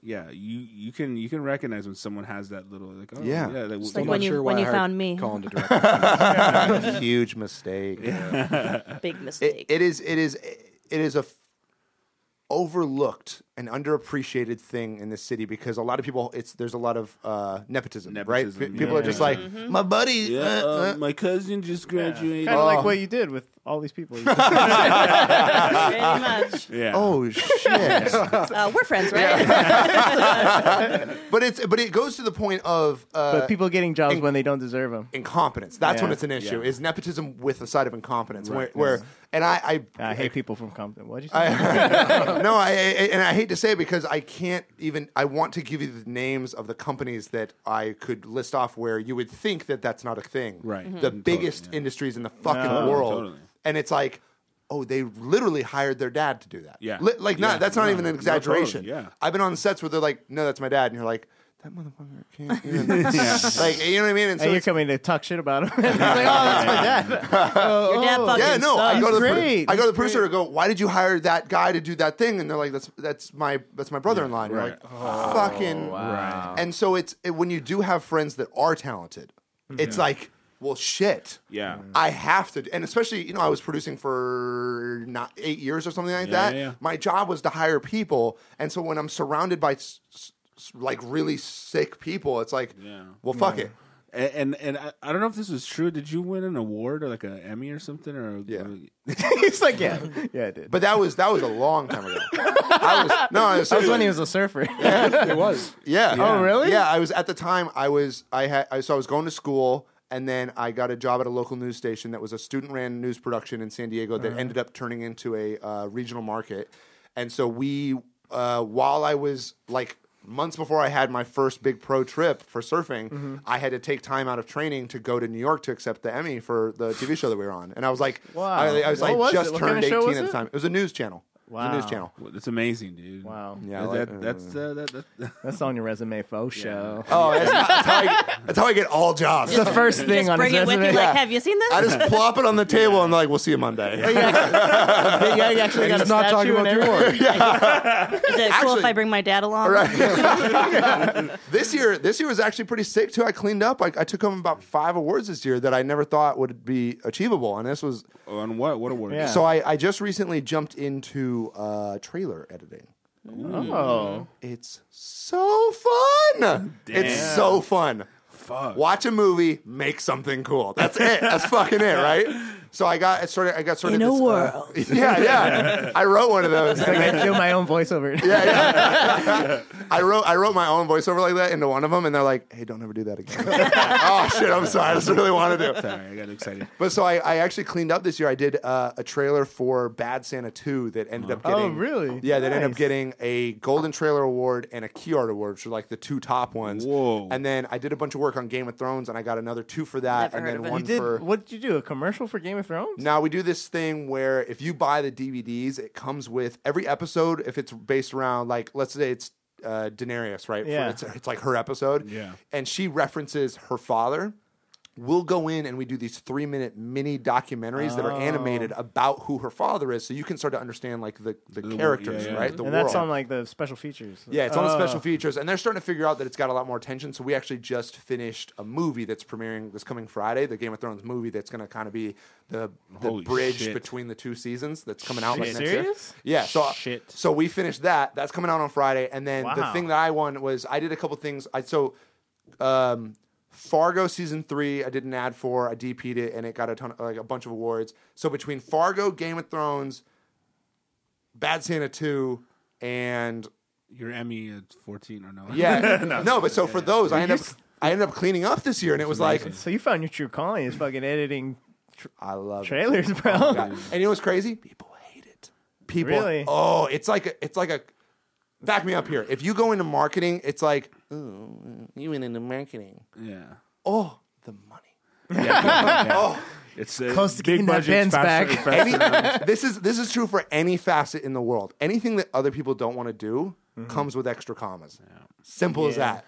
Yeah, you, you can you can recognize when someone has that little like oh
Yeah.
yeah, that,
Just like when you- when you found me.
Calling to direct.
huge mistake.
Big
It,
mistake.
it is. It is. It is a f- overlooked and underappreciated thing in this city because a lot of people. It's there's a lot of uh, nepotism, right?
Nepotism,
P-
yeah.
people are just like my buddy.
yeah,
uh, uh,
uh, my cousin just graduated.
Kind of
Oh.
like what you did with all these people. You-
Pretty much.
Yeah.
oh shit.
Uh, we're friends, right?
but it's but it goes to the point of uh,
but people getting jobs
and-
when they don't deserve them.
incompetence. That's when
Yeah.
it's an issue.
Yeah.
Is nepotism with a side of incompetence? Where, where and I, I,
I hate people from Compton. What'd you say?
no, I, I and I hate to say it because I can't even. I want to give you the names of the companies that I could list off where you would think that that's not a thing.
Right. Mhm.
The biggest industries in the fucking
No.
world,
Totally.
and it's like. Oh, they literally hired their dad to do that.
Yeah.
Li- like,
Yeah.
not, that's not
No,
even an
no, totally,
exaggeration.
yeah.
I've been on sets where they're like, no, that's my dad. And you're like, that motherfucker can't even. Like, you know what I mean? And so
and you're
it's-
coming to talk shit about him. He's like, oh, that's my dad. Oh,
Your dad
oh.
fucking
Yeah, no, I go to the
He's
pro-
great.
I go to the producer and go, "Why did you hire that guy to do that thing?" And they're like, "That's that's my that's my brother-in-law." And you're
right.
like, "Fucking." And so it's it, when you do have friends that are talented, it's like, well, shit.
Yeah.
I have to, and especially you know I was producing for not eight years or something like
Yeah,
that.
yeah, yeah.
My job was to hire people, and so when I'm surrounded by s- s- s- like really sick people, it's like,
Yeah.
well, fuck it.
And and, and I, I don't know if this was true. Did you win an award or like an Emmy or something? Or
Yeah.
He's like, yeah, yeah, I did.
But that was that was a long time ago. I was no, I was,
that was when he was a surfer.
it was.
Yeah.
Oh, really?
Yeah, I was at the time. I was I had I, so I was going to school, and then I got a job at a local news station that was a student ran news production in San Diego that ended up turning into a uh, regional market. And so we, uh, while I was like months before I had my first big pro trip for surfing,
Mm-hmm.
I had to take time out of training to go to New York to accept the Emmy for the TV show that we were on. And I was like,
Wow.
I, I was
What
like
was it?
just
What kind
turned
of show
eighteen
was
at the
it?
time. It was a news channel. It was a news
Wow.
channel.
Well, that's amazing, dude.
Wow.
Yeah,
That,
like,
that's uh, that, that,
That's on your resume, faux show.
Oh, that's, that's how I, that's how I get all jobs.
The first thing
Just
on
bring
his
it with you.
resume.
Yeah.
Like, have you seen this?
I just plop it on the table and like, we'll see you Monday.
Yeah, yeah, you actually got a
He's not talking
statue and
about your
everything.
work.
Is it cool
Actually-
if I bring my dad along?
this year, this year was actually pretty sick too. I cleaned up. I, I took home about five awards this year that I never thought would be achievable, and this was
on what? What award?
Yeah.
so. I, I just recently jumped into uh, trailer editing.
Oh.
It's so fun. It's so fun.
Fuck.
Watch a movie, make something cool. That's it. That's fucking it, right? So I got I started. I got started.
In a
this, uh,
world.
yeah, yeah. I wrote one of those.
It's like I do my own voiceover.
I wrote I wrote my own voiceover like that into one of them, and they're like, "Hey, don't ever do that again." oh shit, I'm sorry. I just really want to do.
Sorry, I got excited.
But so I, I actually cleaned up this year. I did uh, a trailer for Bad Santa Two that ended up getting.
Oh, really?
Yeah, that ended up
Nice.
getting a Golden Trailer Award and a Key Art Award, which are like the two top ones.
Whoa.
And then I did a bunch of work on Game of Thrones, and I got another two for that,
Never heard
and
of
then
it.
one
You did.
for.
What did you do? A commercial for Game of Thrones?
Now we do this thing where if you buy the DVDs, it comes with every episode. If it's based around like, let's say it's uh, Daenerys, right? For-
Yeah.
it's, it's like her episode.
Yeah.
And she references her father. we'll go in and we do these three minute mini documentaries
Oh.
that are animated about who her father is, so you can start to understand like the, the,
wo-
characters,
yeah, yeah.
right? The
and
world.
that's on like the special features.
Yeah, it's on
Oh.
special features, and they're starting to figure out that it's got a lot more attention. So we actually just finished a movie that's premiering this coming Friday, the Game of Thrones movie that's going to kind of be the, the
Holy
bridge
shit.
between the two seasons that's coming out like
Shit.
next
Serious?
year. Yeah, so
Shit.
so we finished that. That's coming out on Friday, and then the
Wow.
thing that I won was I did a couple things. I so um, Fargo season three, I did an ad for, I DP'd it, and it got a ton, like a bunch of awards. So between Fargo, Game of Thrones, Bad Santa two, and
Your Emmy at 14 or no?
yeah, no, but so for those, I ended up I ended up cleaning up this year, and it was like
Oh, So you found your true calling is fucking editing
I love it.
trailers, bro.
Oh, God. And you know what's crazy? People hate it. People,
Really?
oh, it's like a, it's like a. Back me up here. If you go into marketing, it's like
You went into marketing.
Yeah.
oh the money.
Oh. It's a
Close to getting
big
that
budget.
Benz
faster-
back.
faster
Any,
than-
this is this is true for any facet in the world. Anything that other people don't want to do comes with extra commas. Simple as that.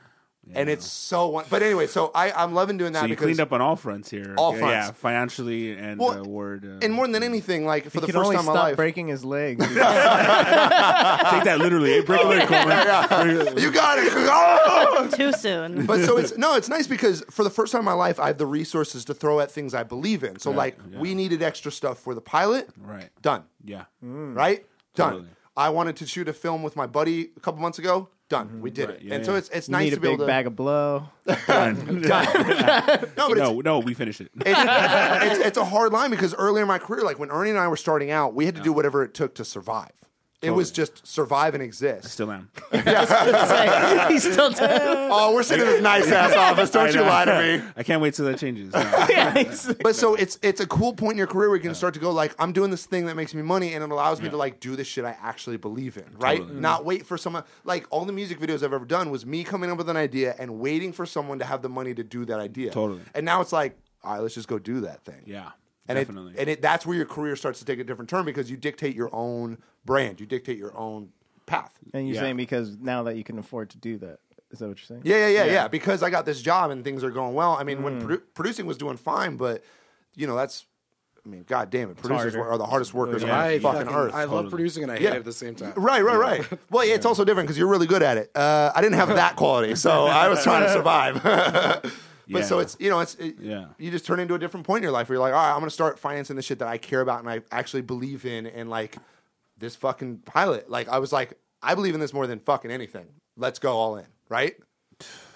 And it's so. one- But anyway, so I I'm loving doing that
so you
because
cleaned up on all fronts here.
All
yeah,
fronts.
Yeah, financially and
Well,
award. Uh,
and more than anything, like for
he
the
could
first
only
time in my
stop
life,
breaking his legs.
Take that literally. Hey, break a leg, Coleman.
Oh, you got it. Oh!
Too soon.
but so it's no, it's nice because for the first time in my life, I have the resources to throw at things I believe in. So like
yeah.
we needed extra stuff for the pilot.
Right.
Done.
Yeah.
Hmm.
Right? Done.
Totally.
I wanted to shoot a film with my buddy a couple months ago. Done. We did it.
Yeah,
and so
yeah.
it's it's
Hmm. you
nice
need
to
a
be
big
able to
bag of blow.
Done.
No, but it's,
No, no, we finished it.
it's, it's, it's a hard line because earlier in my career, like when Ernie and I were starting out, we had to do whatever it took to survive. It was just survive and exist.
Still am.
He's still dead.
Oh, we're sitting in this nice ass office. Don't you lie to me.
I can't wait till that changes. No.
But so it's it's a cool point in your career where you can start to go like I'm doing this thing that makes me money and it allows me to like do the shit I actually believe in, right?
Totally.
Not wait for someone like all the music videos I've ever done was me coming up with an idea and waiting for someone to have the money to do that idea.
Totally.
And now it's like, all right, let's just go do that thing.
Yeah.
And it,
definitely.
and it, that's where your career starts to take a different turn because you dictate your own brand, you dictate your own path.
And you're
Yeah.
saying because now that you can afford to do that, is that what you're saying?
Yeah, yeah, yeah, yeah, Because I got this job and things are going well. I mean, when produ- producing was doing fine, but you know, that's. I mean, god damn it, producers
harder.
are the hardest workers
Yeah.
on
I
fucking earth.
I love producing and I hate
Yeah.
it at the same time.
Right, right, right. Well, yeah, it's also different because you're really good at it. Uh, I didn't have that quality, so I was trying to survive. but so
Yeah.
it's you know it's it,
Yeah.
you just turn into a different point in your life where you're like, all right, I'm gonna start financing the shit that I care about and I actually believe in, and like this fucking pilot. Like I was like, I believe in this more than fucking anything. Let's go all in, right?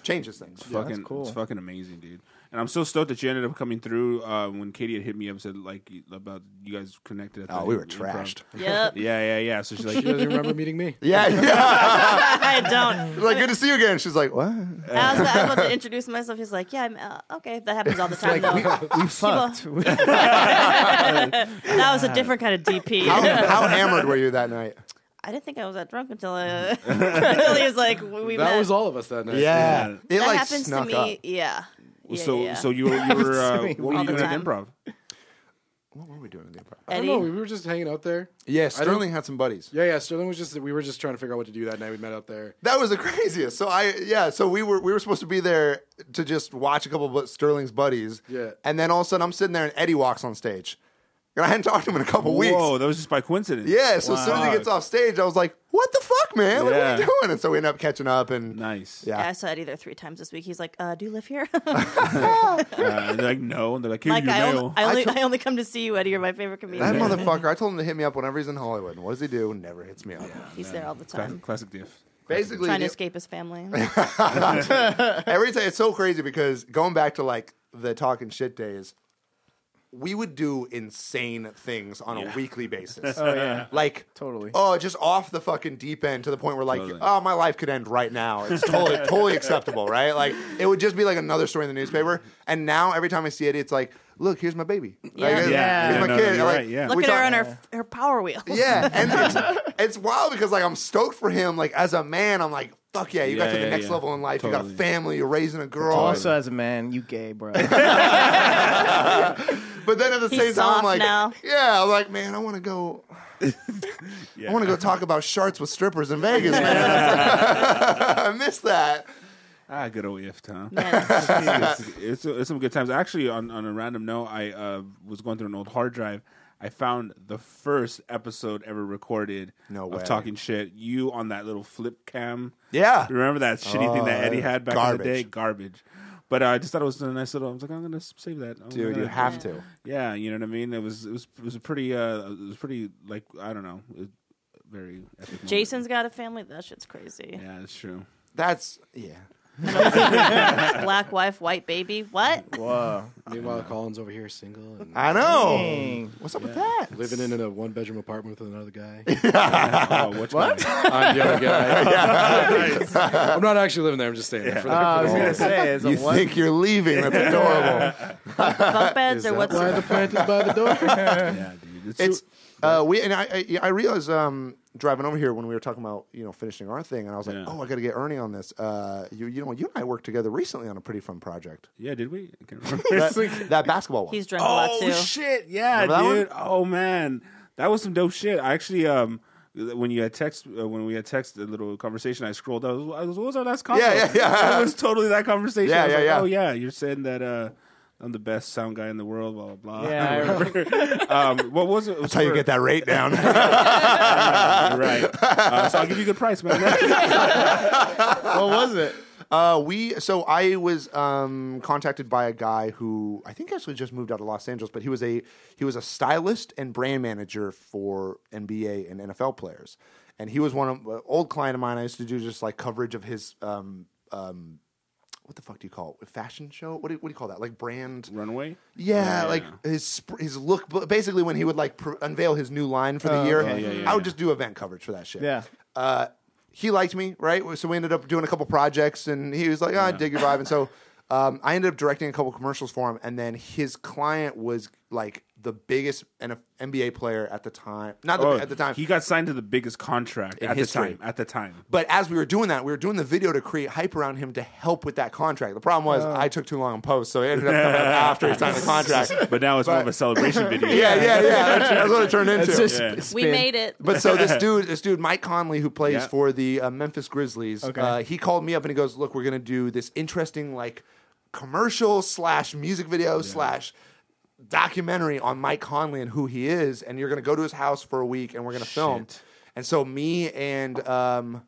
Changes things.
fucking it's fucking amazing, dude. And I'm so stoked that you ended up coming through uh, when Katie had hit me up and said like you- about you guys connected. At
Oh,
the
we were
improv.
trashed.
Yep.
Yeah, yeah, yeah. So she's
She
like,
doesn't remember meeting me.
Yeah, yeah.
I don't.
like good to see you again. She's like, what?
I was, I was about to introduce myself. He's like, "Yeah, I'm uh, okay." That happens all the time, though.
We fucked.
That was a different kind of DP.
How, how hammered were you that night?
I didn't think I was that drunk until, uh, until he was like, "We
That
met."
was all of us that night.
it
that
like
happens to
snuck
me.
up.
Yeah. Yeah,
so
yeah.
so you were you were uh,
me
what were
all
you
the
doing at
time.
improv?
What were we doing in the improv?
I don't
Eddie.
know. Oh, We were just hanging out there.
Yeah,
don't-
Sterling had some buddies.
Yeah, yeah. Sterling was just we were just trying to figure out what to do that night. We met out there.
That was the craziest. So I yeah, so we were we were supposed to be there to just watch a couple of bu- Sterling's buddies.
Yeah.
And then all of a sudden I'm sitting there and Eddie walks on stage. And I hadn't talked to him in a couple
Whoa,
weeks.
that was just by coincidence.
Yeah, so as soon as he gets off stage, I was like, What the fuck, man? Like, what are
Yeah.
you doing? And so we end up catching up and
Nice.
Yeah.
Yeah, I saw Eddie there three times this week. He's like, uh, "Do you live here?"
Uh, and they're like no, and they're like here's
like
your
I
mail.
only, I, only,
I
I only come to see you, Eddie. You're my favorite
that
comedian.
motherfucker, I told him to hit me up whenever he's in Hollywood. And what does he do? Never hits me up.
He's there all the
Classic,
time,
classic diff.
Basically,
trying
the-
to escape his family.
every time it's so crazy because going back to like the talking shit days we would do insane things on a weekly basis. Oh yeah, like
Totally.
Oh, just off the fucking deep end to the point where like,
Totally.
oh, my life could end right now. It's totally totally acceptable, right? Like it would just be like another story in the newspaper. And now every time I see it, it's like, look, here's my baby. Like,
Yeah.
here's
Yeah.
here's
Yeah,
my
no, no,
kid.
you're
Like,
right, yeah.
Look
we
at her
talk-
on her her Power Wheel.
yeah, and it's, it's wild because like I'm stoked for him. Like as a man, I'm like, fuck yeah, you got
Yeah,
to the
yeah,
next
yeah.
level in life. You got a
Totally.
family. You're raising a girl.
also, as a man, you gay, bro.
But then at the
He's
same time, I'm
soft
like,
now.
yeah, I'm like, man, I want to go. I want to go talk about sharts with strippers in Vegas, man. I miss that.
Ah, good old if time.
Man,
it's, it's, it's some good times. Actually, on, on a random note, I uh, was going through an old hard drive. I found the first episode ever recorded
No way.
of Talking Shit. You on that little flip cam.
Yeah.
Remember that shitty thing that
Oh,
Eddie had back
garbage.
in the day? Garbage. But uh, I just thought it was a nice little. I was like, I'm gonna s- save that, I'm
Dude,
gonna-
you have to.
Yeah, you know what I mean. It was it was it was a pretty uh it was pretty like I don't know, it, very. Epic moment.
Jason's got a family. That shit's crazy.
Yeah, that's true.
That's yeah.
Black wife, white baby. What?
Whoa.
Meanwhile, Colin's over here single and
I know.
Dang.
What's up with that?
living in a one bedroom apartment with another guy.
Oh, which what?
I'm the other guy. I'm not actually living there. I'm just staying there. For the,
Uh, I was
for the
gonna say, is
You
a one.
think you're leaving? That's adorable.
Bunk beds or what's?
why the plant is by the door?
yeah, dude. It's,
It's uh, we and I. I, I realized um, driving over here when we were talking about you know finishing our thing, and I was like,
Yeah.
oh, I got to get Ernie on this. Uh, you you know you and I worked together recently on a pretty fun project.
yeah. Did we? I can't remember.
That, that basketball one.
He's drunk a lot
Oh
too.
shit! Yeah,
Remember that
dude. Oh man, that was some dope shit. I actually, um, when you had text, uh, when we had text, a little conversation, I scrolled. I was, I was what was our last convo?
Yeah, yeah, yeah.
It was totally that conversation.
Yeah,
I was
yeah,
like,
yeah.
Oh yeah, you're saying that uh, I'm the best sound guy in the world. Blah blah blah.
Yeah, I remember.
um, what was it? That's
That's how you get that rate down. yeah,
right. Uh, so I'll give you a good price, man.
what was it?
Uh, we so I was um, contacted by a guy who I think actually just moved out of Los Angeles, but he was a he was a stylist and brand manager for NBA and NFL players, and he was one of uh, old client of mine. I used to do just like coverage of his um, um, what the fuck do you call it? Fashion show? What do you, what do you call that? Like brand?
Runway.
Yeah,
Yeah.
like his sp- his look. bu- Basically, when he would like pr- unveil his new line for the year,
Oh, yeah, yeah,
I would
yeah.
just do event coverage for that shit.
Yeah.
Uh, he liked me, right? So we ended up doing a couple projects, and he was like, oh, "I dig your vibe." And so um, I ended up directing a couple commercials for him, and then his client was like the biggest NF- NBA player at the time. Not the,
Oh,
at the time.
he got signed to the biggest contract at
history.
the time. At the time.
But as we were doing that, we were doing the video to create hype around him to help with that contract. The problem was I took too long on post, so it ended up coming up after he signed the contract.
But now it's more of a celebration video.
Yeah, yeah, yeah. That's, that's what it turned into.
We made it.
But so this dude, this dude Mike Conley, who plays
Yeah.
for the uh, Memphis Grizzlies, uh, he called me up and he goes, "Look, we're gonna do this interesting like commercial slash music video slash." Documentary on Mike Conley and who he is, and you're gonna go to his house for a week, and we're gonna film.
Shit.
And so me and um,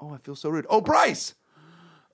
oh, I feel so rude. Oh, Bryce,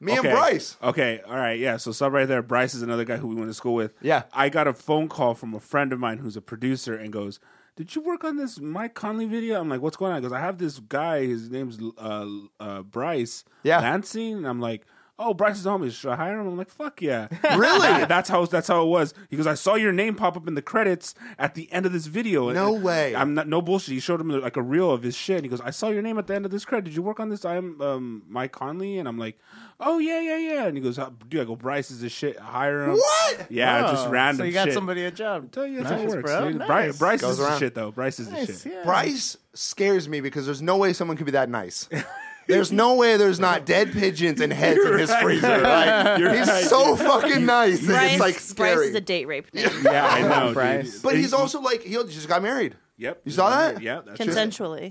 me and Bryce.
Okay, all right, yeah. So stop right there. Bryce is another guy who we went to school with.
Yeah.
I got a phone call from a friend of mine who's a producer and goes, "Did you work on this Mike Conley video?" I'm like, "What's going on?" Because I have this guy. His name's uh, uh, Bryce.
Yeah.
Lansing, and I'm like. Oh, Bryce is on me. Should I hire him? I'm like, fuck yeah!
Really?
That- that's how that's how it was. He goes, I saw your name pop up in the credits at the end of this video.
No
And-
way.
I'm not no bullshit. He showed him like a reel of his shit. And he goes, "I saw your name at the end of this credit. Did you work on this?" I'm um, Mike Conley, and I'm like, "Oh yeah, yeah, yeah." And he goes, "Uh, "Dude, I go Bryce is this shit. Hire him."
What?
Yeah,
Oh,
just random.
So you got
shit.
somebody a job.
Tell you that's how
Nice,
it works.
bro.
dude.
Nice.
Bry- Bryce
Goes
is the
around.
shit though. Bryce is the
Nice,
shit.
yeah.
Bryce scares me because there's no way someone could be that nice. There's no way there's not dead pigeons and heads in his
right.
freezer. Like,
You're
he's
right.
so fucking nice. and
Bryce,
it's like
Bryce
scary.
is a date rape name.
Yeah, I know, dude.
Bryce.
but
He-
he's also like he just got married.
Yep.
You saw that?
Yeah. That's true.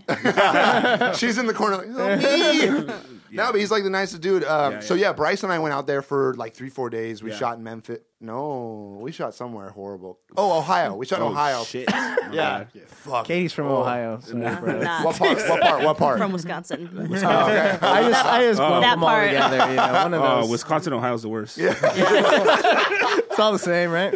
Consensually.
She's in the corner like, oh, me. No, but he's like the nicest dude. Um,
Yeah,
So
yeah.
yeah, Bryce and I went out there for like three, four days. We
Yeah.
shot in Memphis. No, we shot somewhere horrible. Oh, Ohio. We shot in
Oh,
Ohio.
Shit. My
Yeah.
bad.
Fuck.
Katie's from Ohio. Sorry, bro.
Not
What part? What part? What part?
from Wisconsin.
I just, I just bump
That
them all
part.
together. You know, one of
Oh,
those.
Wisconsin, Ohio's the worst. Yeah.
it's all the same, right?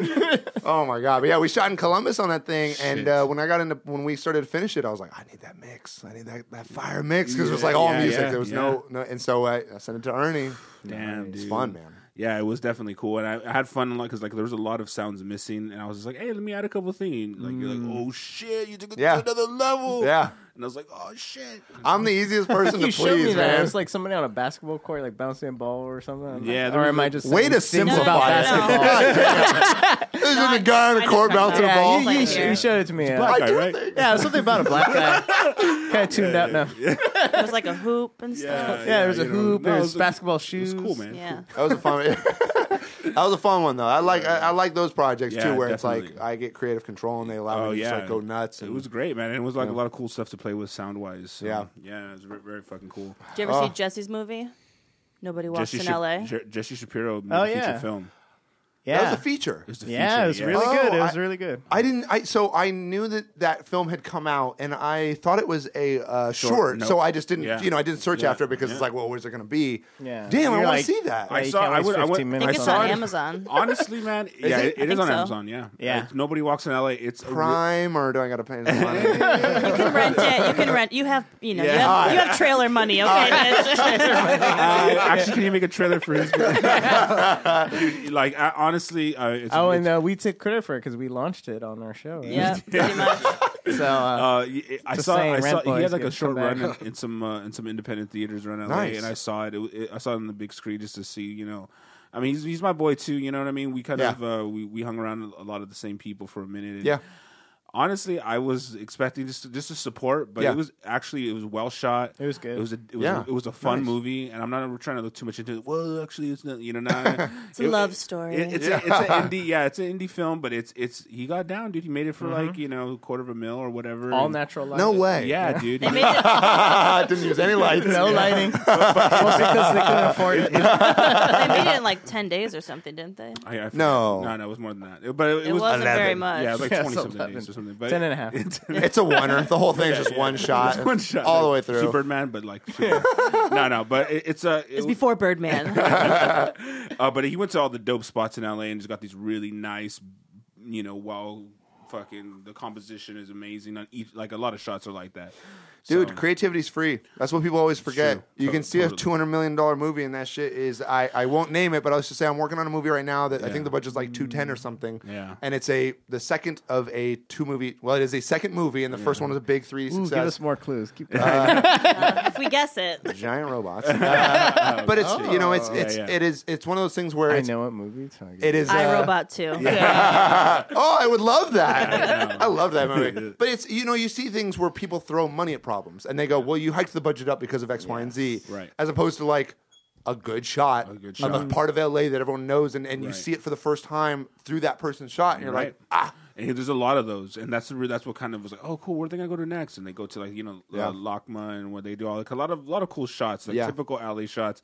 Oh my god! But yeah, we shot in Columbus on that thing, and uh, when I got into when we started to finish it, I was like, I need that mix, I need that, that fire mix because it was like all
Yeah,
music.
yeah,
there was
yeah.
no no, and so I, I sent it to Ernie.
Damn,
It's
dude.
fun, man.
Yeah, it was definitely cool, and I, I had fun a lot because like there was a lot of sounds missing, and I was just like, "Hey, let me add a couple things." Like you're like,
Mm.
"Oh shit, you took it
Yeah.
to another level."
Yeah,
and I was like, "Oh shit."
I'm the easiest person to
you showed me
please,
that. It
man.
was like somebody on a basketball court, like bouncing a ball or something.
Yeah, there
or
was
am
a-
I just
Way
saying
to
things
simplify
about
it.
basketball?
There's just a guy on
I
a
just
court
tried
bouncing
that.
a ball.
yeah, you, you, sh- you showed it to me. Yeah,
Black
I
guy,
do
right?
think-
Yeah, it was something about a black guy. kind of tuned out now. Yeah,
It was like a hoop and stuff.
there was a
you know.
hoop.
No,
there
it
was
a-
basketball
It
shoes.
was cool, man.
Yeah.
That was a fun. that was a fun one though. I like I, I like those projects
Yeah,
too, where it's
definitely.
like I get creative control and they allow
Oh,
me to just
yeah.
like go nuts.
It
and-
was great, man. and It was like a lot of cool stuff to play with sound wise. So,
Yeah.
yeah, it was very, very fucking cool.
Did you ever see Jesse's movie? Nobody walks
Oh. Jesse
in
Shap-
LA.
Jer- Jesse Shapiro made
Oh,
a feature
yeah.
film.
Yeah.
That was a feature.
It was the
yeah,
feature,
it was
yes.
really
Oh,
good. It
I-
was really good.
I didn't. I so I knew that that film had come out, and I thought it was a uh, short.
no.
So I just didn't.
Yeah.
You know, I didn't search
Yeah.
after it because it's like, well, where's it going to be?
Yeah.
Damn, I want
You're like-
to see that.
Yeah,
I
you
saw.
can't
I
waste
would. I,
15
would,
minutes
I
Think it's
saw
on
it.
Amazon.
Honestly, man, yeah,
it?
it, it is
think
on
so.
Amazon. Yeah,
Yeah.
Like, nobody walks in LA. It's a re-
Prime, or do I got to pay some money?
You can rent it. You can rent. You have, you know, you,
Yeah.
have, you have trailer money. Okay, bitch.
Uh, actually, can you make a trailer for his? Dude, like I, honestly, uh, it's,
Oh,
it's,
and uh, we took credit for it because we launched it on our show. Right?
yeah, pretty much.
So uh,
uh, y- I
Just
saw.
saying,
I
Rent
saw.
Boy
He had
is
like a
good.
short
Come
run
back.
in, in some uh, in some independent theaters around LA,
Nice.
and I saw it. It, it. I saw it on the big screen just to see. You know, I mean, he's he's my boy too. You know what I mean? We kind
Yeah.
of uh, we we hung around a lot of the same people for a minute. And
yeah.
honestly, I was expecting just just to support, but
Yeah.
it was actually it was well shot.
It was good.
It was a it was,
Yeah.
a, it was a fun
Nice.
movie, and I'm not ever trying to look too much into it. Well, actually, it's not. You know, not, it's
a love story.
it's a, it's an indie. Yeah, it's an indie film, but it's it's he got down, dude. He made it for like you know a quarter of a mil or whatever.
all
and-
natural lighting.
Oh, No way.
Yeah, dude.
They made it,
I didn't use any lights.
No lighting. Mostly because they couldn't afford it.
they made it in like ten days or something, didn't they?
I- I forget.
No.
no, no, it was more than that. It- But it,
It wasn't very much.
Yeah, like
Yeah,
twenty
so
something
11.
days or something. But
Ten and a half.
It's a winner. The whole thing's just one shot.
One shot,
all the way
like,
through.
See Birdman, but like, no, no, but it, it's a.
It's
it-
before Birdman.
Uh, but he went to all the dope spots in LA and just got these really nice, you know, well, fucking the composition is amazing. On each, like a lot of shots are like that.
Dude,
So-
creativity's free. That's what people always forget.
true.
You
To-
can see
totally.
a two hundred million dollar movie, and that shit is I, I won't name it, but I was just saying I'm working on a movie right now that I
Yeah.
think the budget's like two ten or something.
Yeah.
and it's a the second of a two movie. Well, it is a second movie, and the first one was a big three
Ooh,
success.
give us more clues. Keep going.
if we guess it,
Giant robots, Uh, but it's you know it's it's
Oh. yeah.
it is it's one of those things where
I
it's,
know what movie it's talking
it is
I
uh,
Robot Two.
Oh, I would love that. I love that movie. But it's you know you see things where people throw money at problems and they go, well, you hiked the budget up because of X, Y, and Z,
right.
As opposed to like a good shot,
A good
of a
shot.
part of LA that everyone knows, and, and you
Right.
see it for the first time through that person's shot, and you're
Right.
like, ah,
And there's a lot of those, and that's the re- that's what kind of was like, oh, cool. Where are they gonna go to next? And they go to like you know
Yeah.
uh, Lakma and where they do all like a lot of a lot of cool shots, like
Yeah.
typical LA shots.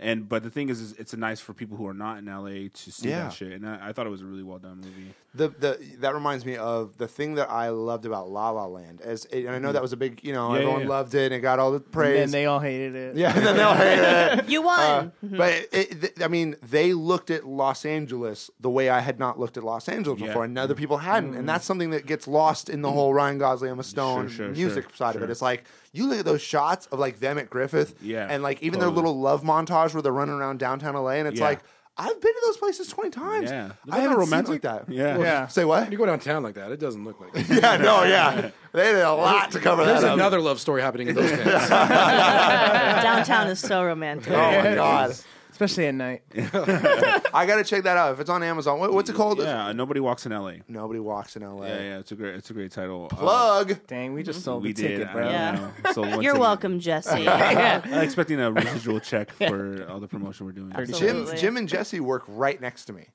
And but the thing is, is it's nice for people who are not in LA to see
Yeah.
that shit. And I, I thought it was a really well done movie.
The, the that reminds me of the thing that I loved about La La Land, as and I know that was a big you know
Mm-hmm. Yeah, yeah,
everyone
yeah.
loved it and it got all the
about.
praise.
And they all hated it.
yeah, and then they'll hate it.
You won.
Uh,
Mm-hmm.
but it, th- I mean, they looked at Los Angeles the way I had not looked at Los Angeles
Yeah.
before, and other people hadn't,
Mm.
and that's something that gets lost in the whole Ryan Gosling, Emma Stone
sure,
music
sure,
side of
sure.
it. It's like you look at those shots of like them at Griffith,
Yeah,
and like even their
totally.
little love montage where they're running around downtown LA, and it's
Yeah.
like I've been to those places twenty times. I
Yeah. Isn't that
haven't
romantic?
seen it like that.
Yeah.
Yeah.
Say what?
When you go downtown like that, it doesn't look like that.
yeah, no, yeah. They did a lot to cover
There's
that up.
another love story happening in those towns.
Downtown is so romantic.
Oh my god!
Especially at night.
I gotta check that out. If it's on Amazon, what, what's it called?
Yeah, uh, nobody walks in LA. Yeah,
Nobody walks in LA.
yeah, it's a great it's a great title. Uh,
Plug.
Dang, we just sold
we
the ticket,
did. I
bro.
don't
Yeah.
know. So once
You're
again-
welcome, Jesse.
I'm expecting a residual check for all the promotion we're doing.
Jim,
Absolutely.
Jim and Jesse work right next to me.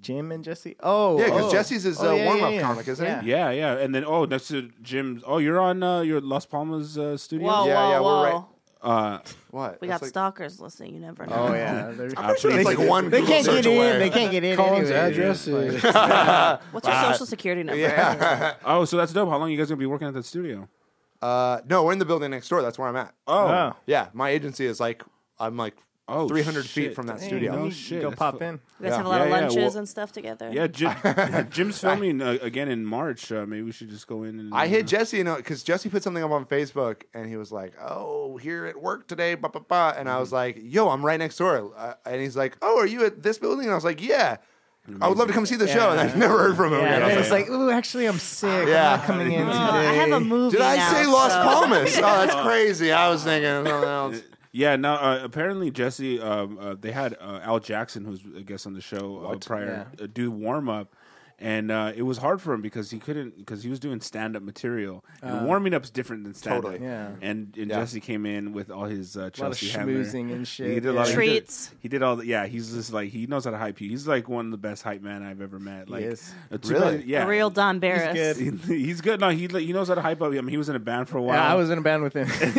Jim and Jesse. Oh,
Yeah, because
oh.
Jesse's is
Oh,
uh,
yeah,
warm up
yeah, yeah.
comic, isn't
Yeah.
he?
Yeah, yeah, and then oh, next to Jim's. Oh, you're on uh, your Las Palmas uh, studio.
Oh,
Whoa,
Yeah,
whoa,
yeah,
whoa!
we're right-
Uh,
What?
We
That's
got
like,
stalkers listening. You never know.
Oh yeah, They're-
I'm pretty sure it's like one.
they
Google
can't
search
get in.
away.
They can't get in.
Colin's
anyway.
address is.
What's your social security number?
Uh, Yeah.
oh, so that's dope. How long you guys gonna be working at that studio?
Uh, no, we're in the building next door. That's where I'm at.
Oh,
Oh.
Yeah, my agency is like I'm like
Oh,
300 feet
shit.
from that
Dang,
studio.
no
You
shit,
Go
that's
pop
fu-
in.
You guys have a
Yeah,
lot
yeah,
of lunches
well-
and stuff together.
yeah. Jim, Jim's filming uh, again in March. Uh, maybe we should just go in and
I hit
uh,
Jesse, you know, because Jesse put something up on Facebook, and he was like, "Oh, here at work today, ba ba ba," and I was like, "Yo, I'm right next door," uh, and he's like, "Oh, are you at this building?" And I was like, "Yeah, I would love to come see the show," and I never heard from him
Yeah,
again. I was
it's like, ooh, actually, I'm sick.
Yeah.
I'm not coming in
Oh,
today.
I have a movie.
Did I
now,
say Las
so-
Palmas? Oh, that's crazy. I was thinking of something else.
Yeah, no. Uh, apparently, Jesse, um, uh, they had uh, Al Jackson, who's a guest on the show uh, prior, uh, do warm up, and uh, it was hard for him because he couldn't because he was doing stand up material and warming up's different than stand up.
Totally.
Ah. Yeah.
And, and
Yeah.
Jesse came in with all his uh,
lot of
Chelsea Handler.
schmoozing and shit.
He did a lot of he did-
Treats.
He did, all the yeah. He's just like he knows how to hype you. He's like one of the best hype man I've ever met. Like
is.
uh, too
Really?
bad- yeah.
A real Don Barris.
good.
he's good. No, he he knows how to hype up. I mean, he was in a band for a while.
Yeah, I was in a band with him.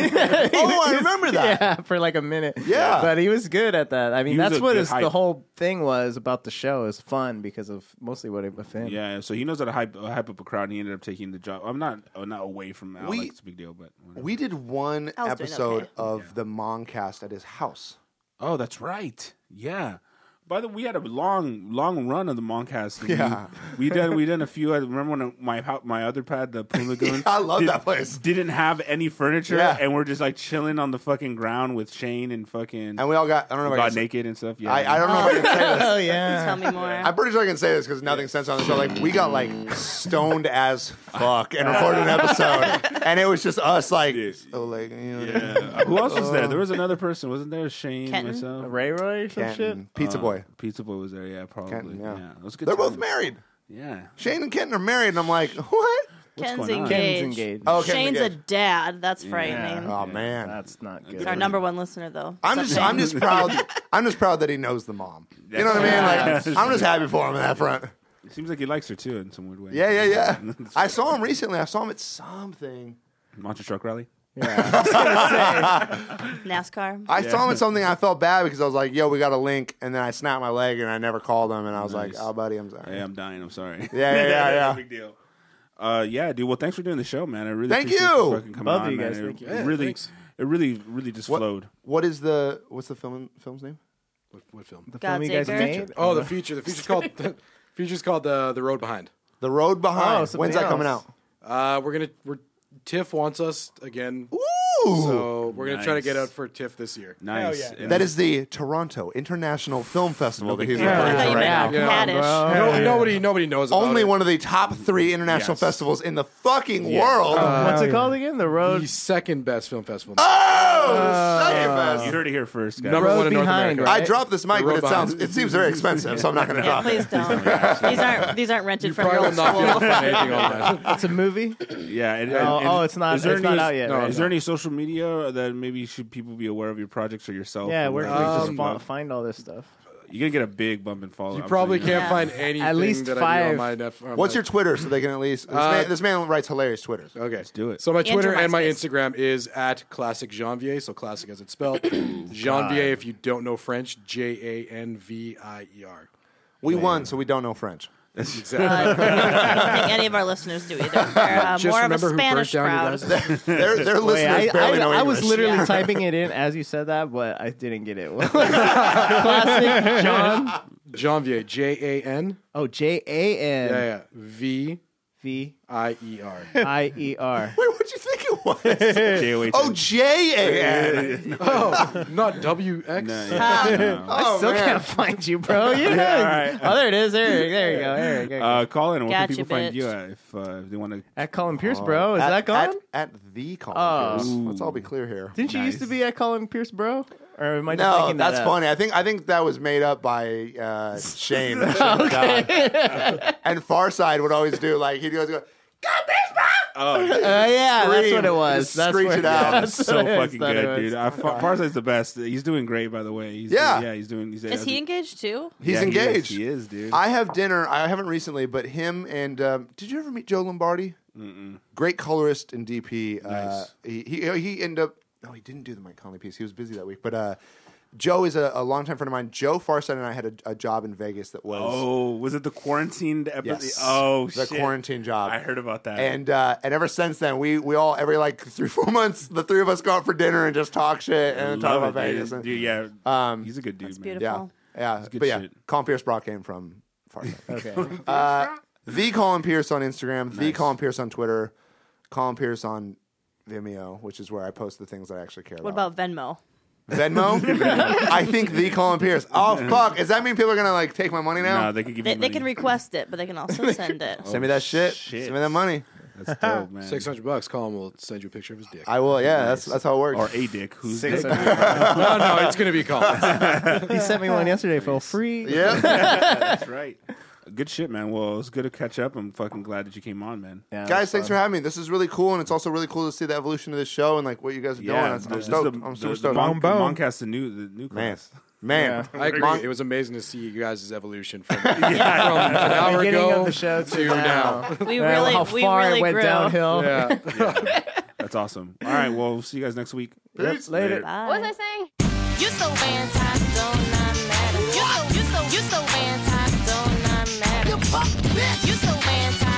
Oh, I remember that.
yeah, for like a minute.
Yeah.
but he was good at that. I mean,
He was
that's
a
what
good
it's,
hype.
the whole thing was about the show. Is fun because of mostly what it was him.
Yeah, so he knows how to hype, uh, hype up a crowd. and He ended up taking the job. I'm not uh, not away from Alex.
We-
it's a big deal, but whatever.
We did one
I was doing
episode
okay.
of the Moncast at his house.
oh, that's right. Yeah. By the way, we had a long, long run of the Moncast.
Yeah.
we, we done we done a few. I remember when my hou- my other pad, the Poon Lagoon.
I love
did-
that place.
Didn't have any furniture,
Yeah.
and we're just like chilling on the fucking ground with Shane and fucking.
And we all got I don't know if I
got
can say-
naked and stuff. Yeah,
I, I don't know if I can say this.
Oh yeah.
Tell me more.
I'm pretty sure I can say this because nothing sense on the show. Like we got like stoned as fuck and recorded an episode, and it was just us like, oh, like you know,
Yeah. Who else was there? There was another person, wasn't there? Shane,
Kenton?
myself,
Ray Roy or
Oh,
some shit.
Kenton, Pizza
Uh,
Boy.
Pizza Boy was there. Yeah, probably.
Kenton, yeah.
yeah. it was a good
They're both
time.
married.
Yeah,
Shane and Kenton are married, and I'm like, what?
Ken's
going on?
engaged.
Ken's engaged.
Oh, Ken's
Shane's a
engaged.
dad. That's frightening.
Oh man,
That's not good.
He's our number one listener, though.
I'm just I'm just proud. I'm just proud that he knows the mom. You know what I mean? Like I'm just happy for him in that front.
It seems like he likes her too in some weird way.
Yeah, yeah, yeah. I saw him recently. I saw him at something.
Monster truck rally.
NASCAR.
I saw him at something. I felt bad because I was like, "Yo, we got a link," and then I snapped my leg, and I never called him. And I was
Nice.
like, "Oh, buddy, I'm sorry."
Hey, I'm dying. I'm sorry.
Yeah, yeah, yeah, yeah.
Big deal. Uh, yeah, dude. Well, thanks for doing the show, man. I really
Thank
appreciate
you.
fucking coming
Love
on,
you
man.
guys.
It
Thank you.
It really,
thanks.
it really, really just
What-
flowed.
What is the what's the film film's name?
What, what film?
The film you guys
God's
made.
Oh, the feature. The feature's called the feature's called uh, the the road behind.
The Road
Oh,
Behind.
something
When's that coming
else.
out?
Uh, we're gonna we're TIFF wants us again,
Ooh,
so we're gonna try to
Nice.
get out for TIFF this year.
Nice.
Hell yeah.
And
that is the Toronto International Film Festival that he's
Yeah.
I
referring
thought
to
you
right now.
meant
Yeah.
Kaddish.
No- Nobody nobody knows. About
Only
it.
one of the top three international
Yes.
festivals in the fucking world.
What's it called again? The road.
the second best film festival.
oh, second
you
best.
heard it here first, guys.
Number
Road
one in North
Behind,
America.
right?
I dropped this mic,
The
but
Road
it sounds
Behind.
it seems very expensive, so I'm not going to drop it.
Please don't. these aren't these aren't rented
You
from
probably
your
will not
old
be able to
school.
find anything on that.
It's a movie.
Yeah. And,
Oh,
and-
oh, it's not-
is there
it's
any-
not out yet,
no,
right?
is there any social media that maybe should people be aware of your projects or yourself?
Yeah,
or
where can
whatever?
we just
Um,
fa- find all this stuff?
You're gonna get a big bump in follow.
You probably can't
Yeah.
find anything
least
that I do
five.
on my Netf- on
What's
my-
your Twitter so they can at least this,
Uh,
man, this man writes hilarious Twitters.
Okay, let's
do it.
So my
And
Twitter
your
and my
MySpace.
Instagram is at classic Janvier. So classic as it's spelled. Janvier, if you don't know French, J A N V I E R.
We won, so we don't know French.
Exactly.
I think any of our listeners do either. They're, uh,
Just
more of a
remember who burnt
Spanish
down your
crowd.
last-
Their, their listeners
I,
barely
I-
know
I
English.
was literally
Yeah.
typing it in as you said that, but I didn't get it. What was it? Classic John.
Janvier, J A N
Oh, J A
yeah,
N
yeah, V
V
I E R.
I E R.
Wait, what'd you think it was? oh, J A N.
Oh, not W X.
Uh,
Oh,
Still
man.
can't find you, bro. You know.
Yeah, all right.
Oh, there it is. There, there you go. There you go.
Uh, Colin, where
Gotcha,
can people find
bitch.
you at if, uh, if they want to?
at Colin Pierce, bro. Is
At-
that gone?
At, at the Colin
Oh.
Pierce. Let's all be clear here.
Didn't you used to be at Colin Pierce, bro? Or am I just
No,
making that
that's
up?
funny. I think I think that was made up by uh, Shane. okay. and Farside would always do like he'd always go, "Go Pierce, bro!"
Oh,
Uh, yeah, that's what it
Scream.
was.
Just
that's
screech
what,
it out.
Yeah,
That's
that's
so
what I
fucking
thought it
good,
was.
dude. Uh, Far- Farside's the best. He's doing great, by the way. He's
Yeah.
yeah, he's doing. He's,
Is he engaged too?
He's
yeah, he is.
engaged.
He is, dude.
I have dinner. I haven't recently, but him and um, did you ever meet Joe Lombardi? Mm-mm. Great colorist and DP. Uh,
Nice.
he, he he ended up. No, he didn't do the Mike Conley piece. He was busy that week. But uh, Joe is a, a longtime friend of mine. Joe Farside and I had a, a job in Vegas that was
oh, was it the quarantined episode?
Yes.
Oh,
the
shit.
quarantine job.
I heard about that.
And uh, and ever since then, we we all every like three four months, the three of us go out for dinner and just talk shit and uh, talk
love
about
it,
Vegas.
dude.
and-
Dude, yeah,
Um,
he's a good dude. That's man.
beautiful.
yeah, yeah.
good
But yeah,
shit.
Colin Pierce Brock came from Farside.
Okay.
uh, the Colin Pierce on Instagram, the Colin Pierce on Twitter, Colin Pierce on Vimeo, which is where I post the things that I actually care
What about Venmo?
Venmo? I think the Colin Pierce. Oh fuck! Does that mean people are gonna like take my money now?
No, they can give
They,
you
they
money.
can request it, but they can also send it.
Send me that shit.
shit.
Send me that money.
That's dope, man.
Six hundred bucks. Colin will send you a picture of his dick.
I will. Yeah, that's that's how it works.
or a dick. Who's
Six
dick?
hundred.
no, no, it's gonna be Colin.
he sent me one yesterday for free.
yeah.
That's right. Good shit, man. Well, it's good to catch up. I'm fucking glad that you came on, man.
Yeah,
Guys, thanks for having me. This is really cool, and it's also really cool to see the evolution of this show and like what you guys are doing. That's- I'm
this is
stoked.
the-
I'm
the-
super
the
stoked.
Mon-
Bone Bone.
Moncast, the new, the new
man,
class.
man,
I agree.
Mon-
It was amazing to see you guys' evolution from, from an
yeah.
hour
Beginning
ago
of the show
to now.
We
Yeah,
really,
how
we
far
really
it went
grew.
downhill.
Yeah.
That's awesome. All right, well, see you guys next week.
Yep, later.
Bye.
What was I saying?
You so anti, don't not matter. You so, you so, you so anti, don't not matter. You so anti,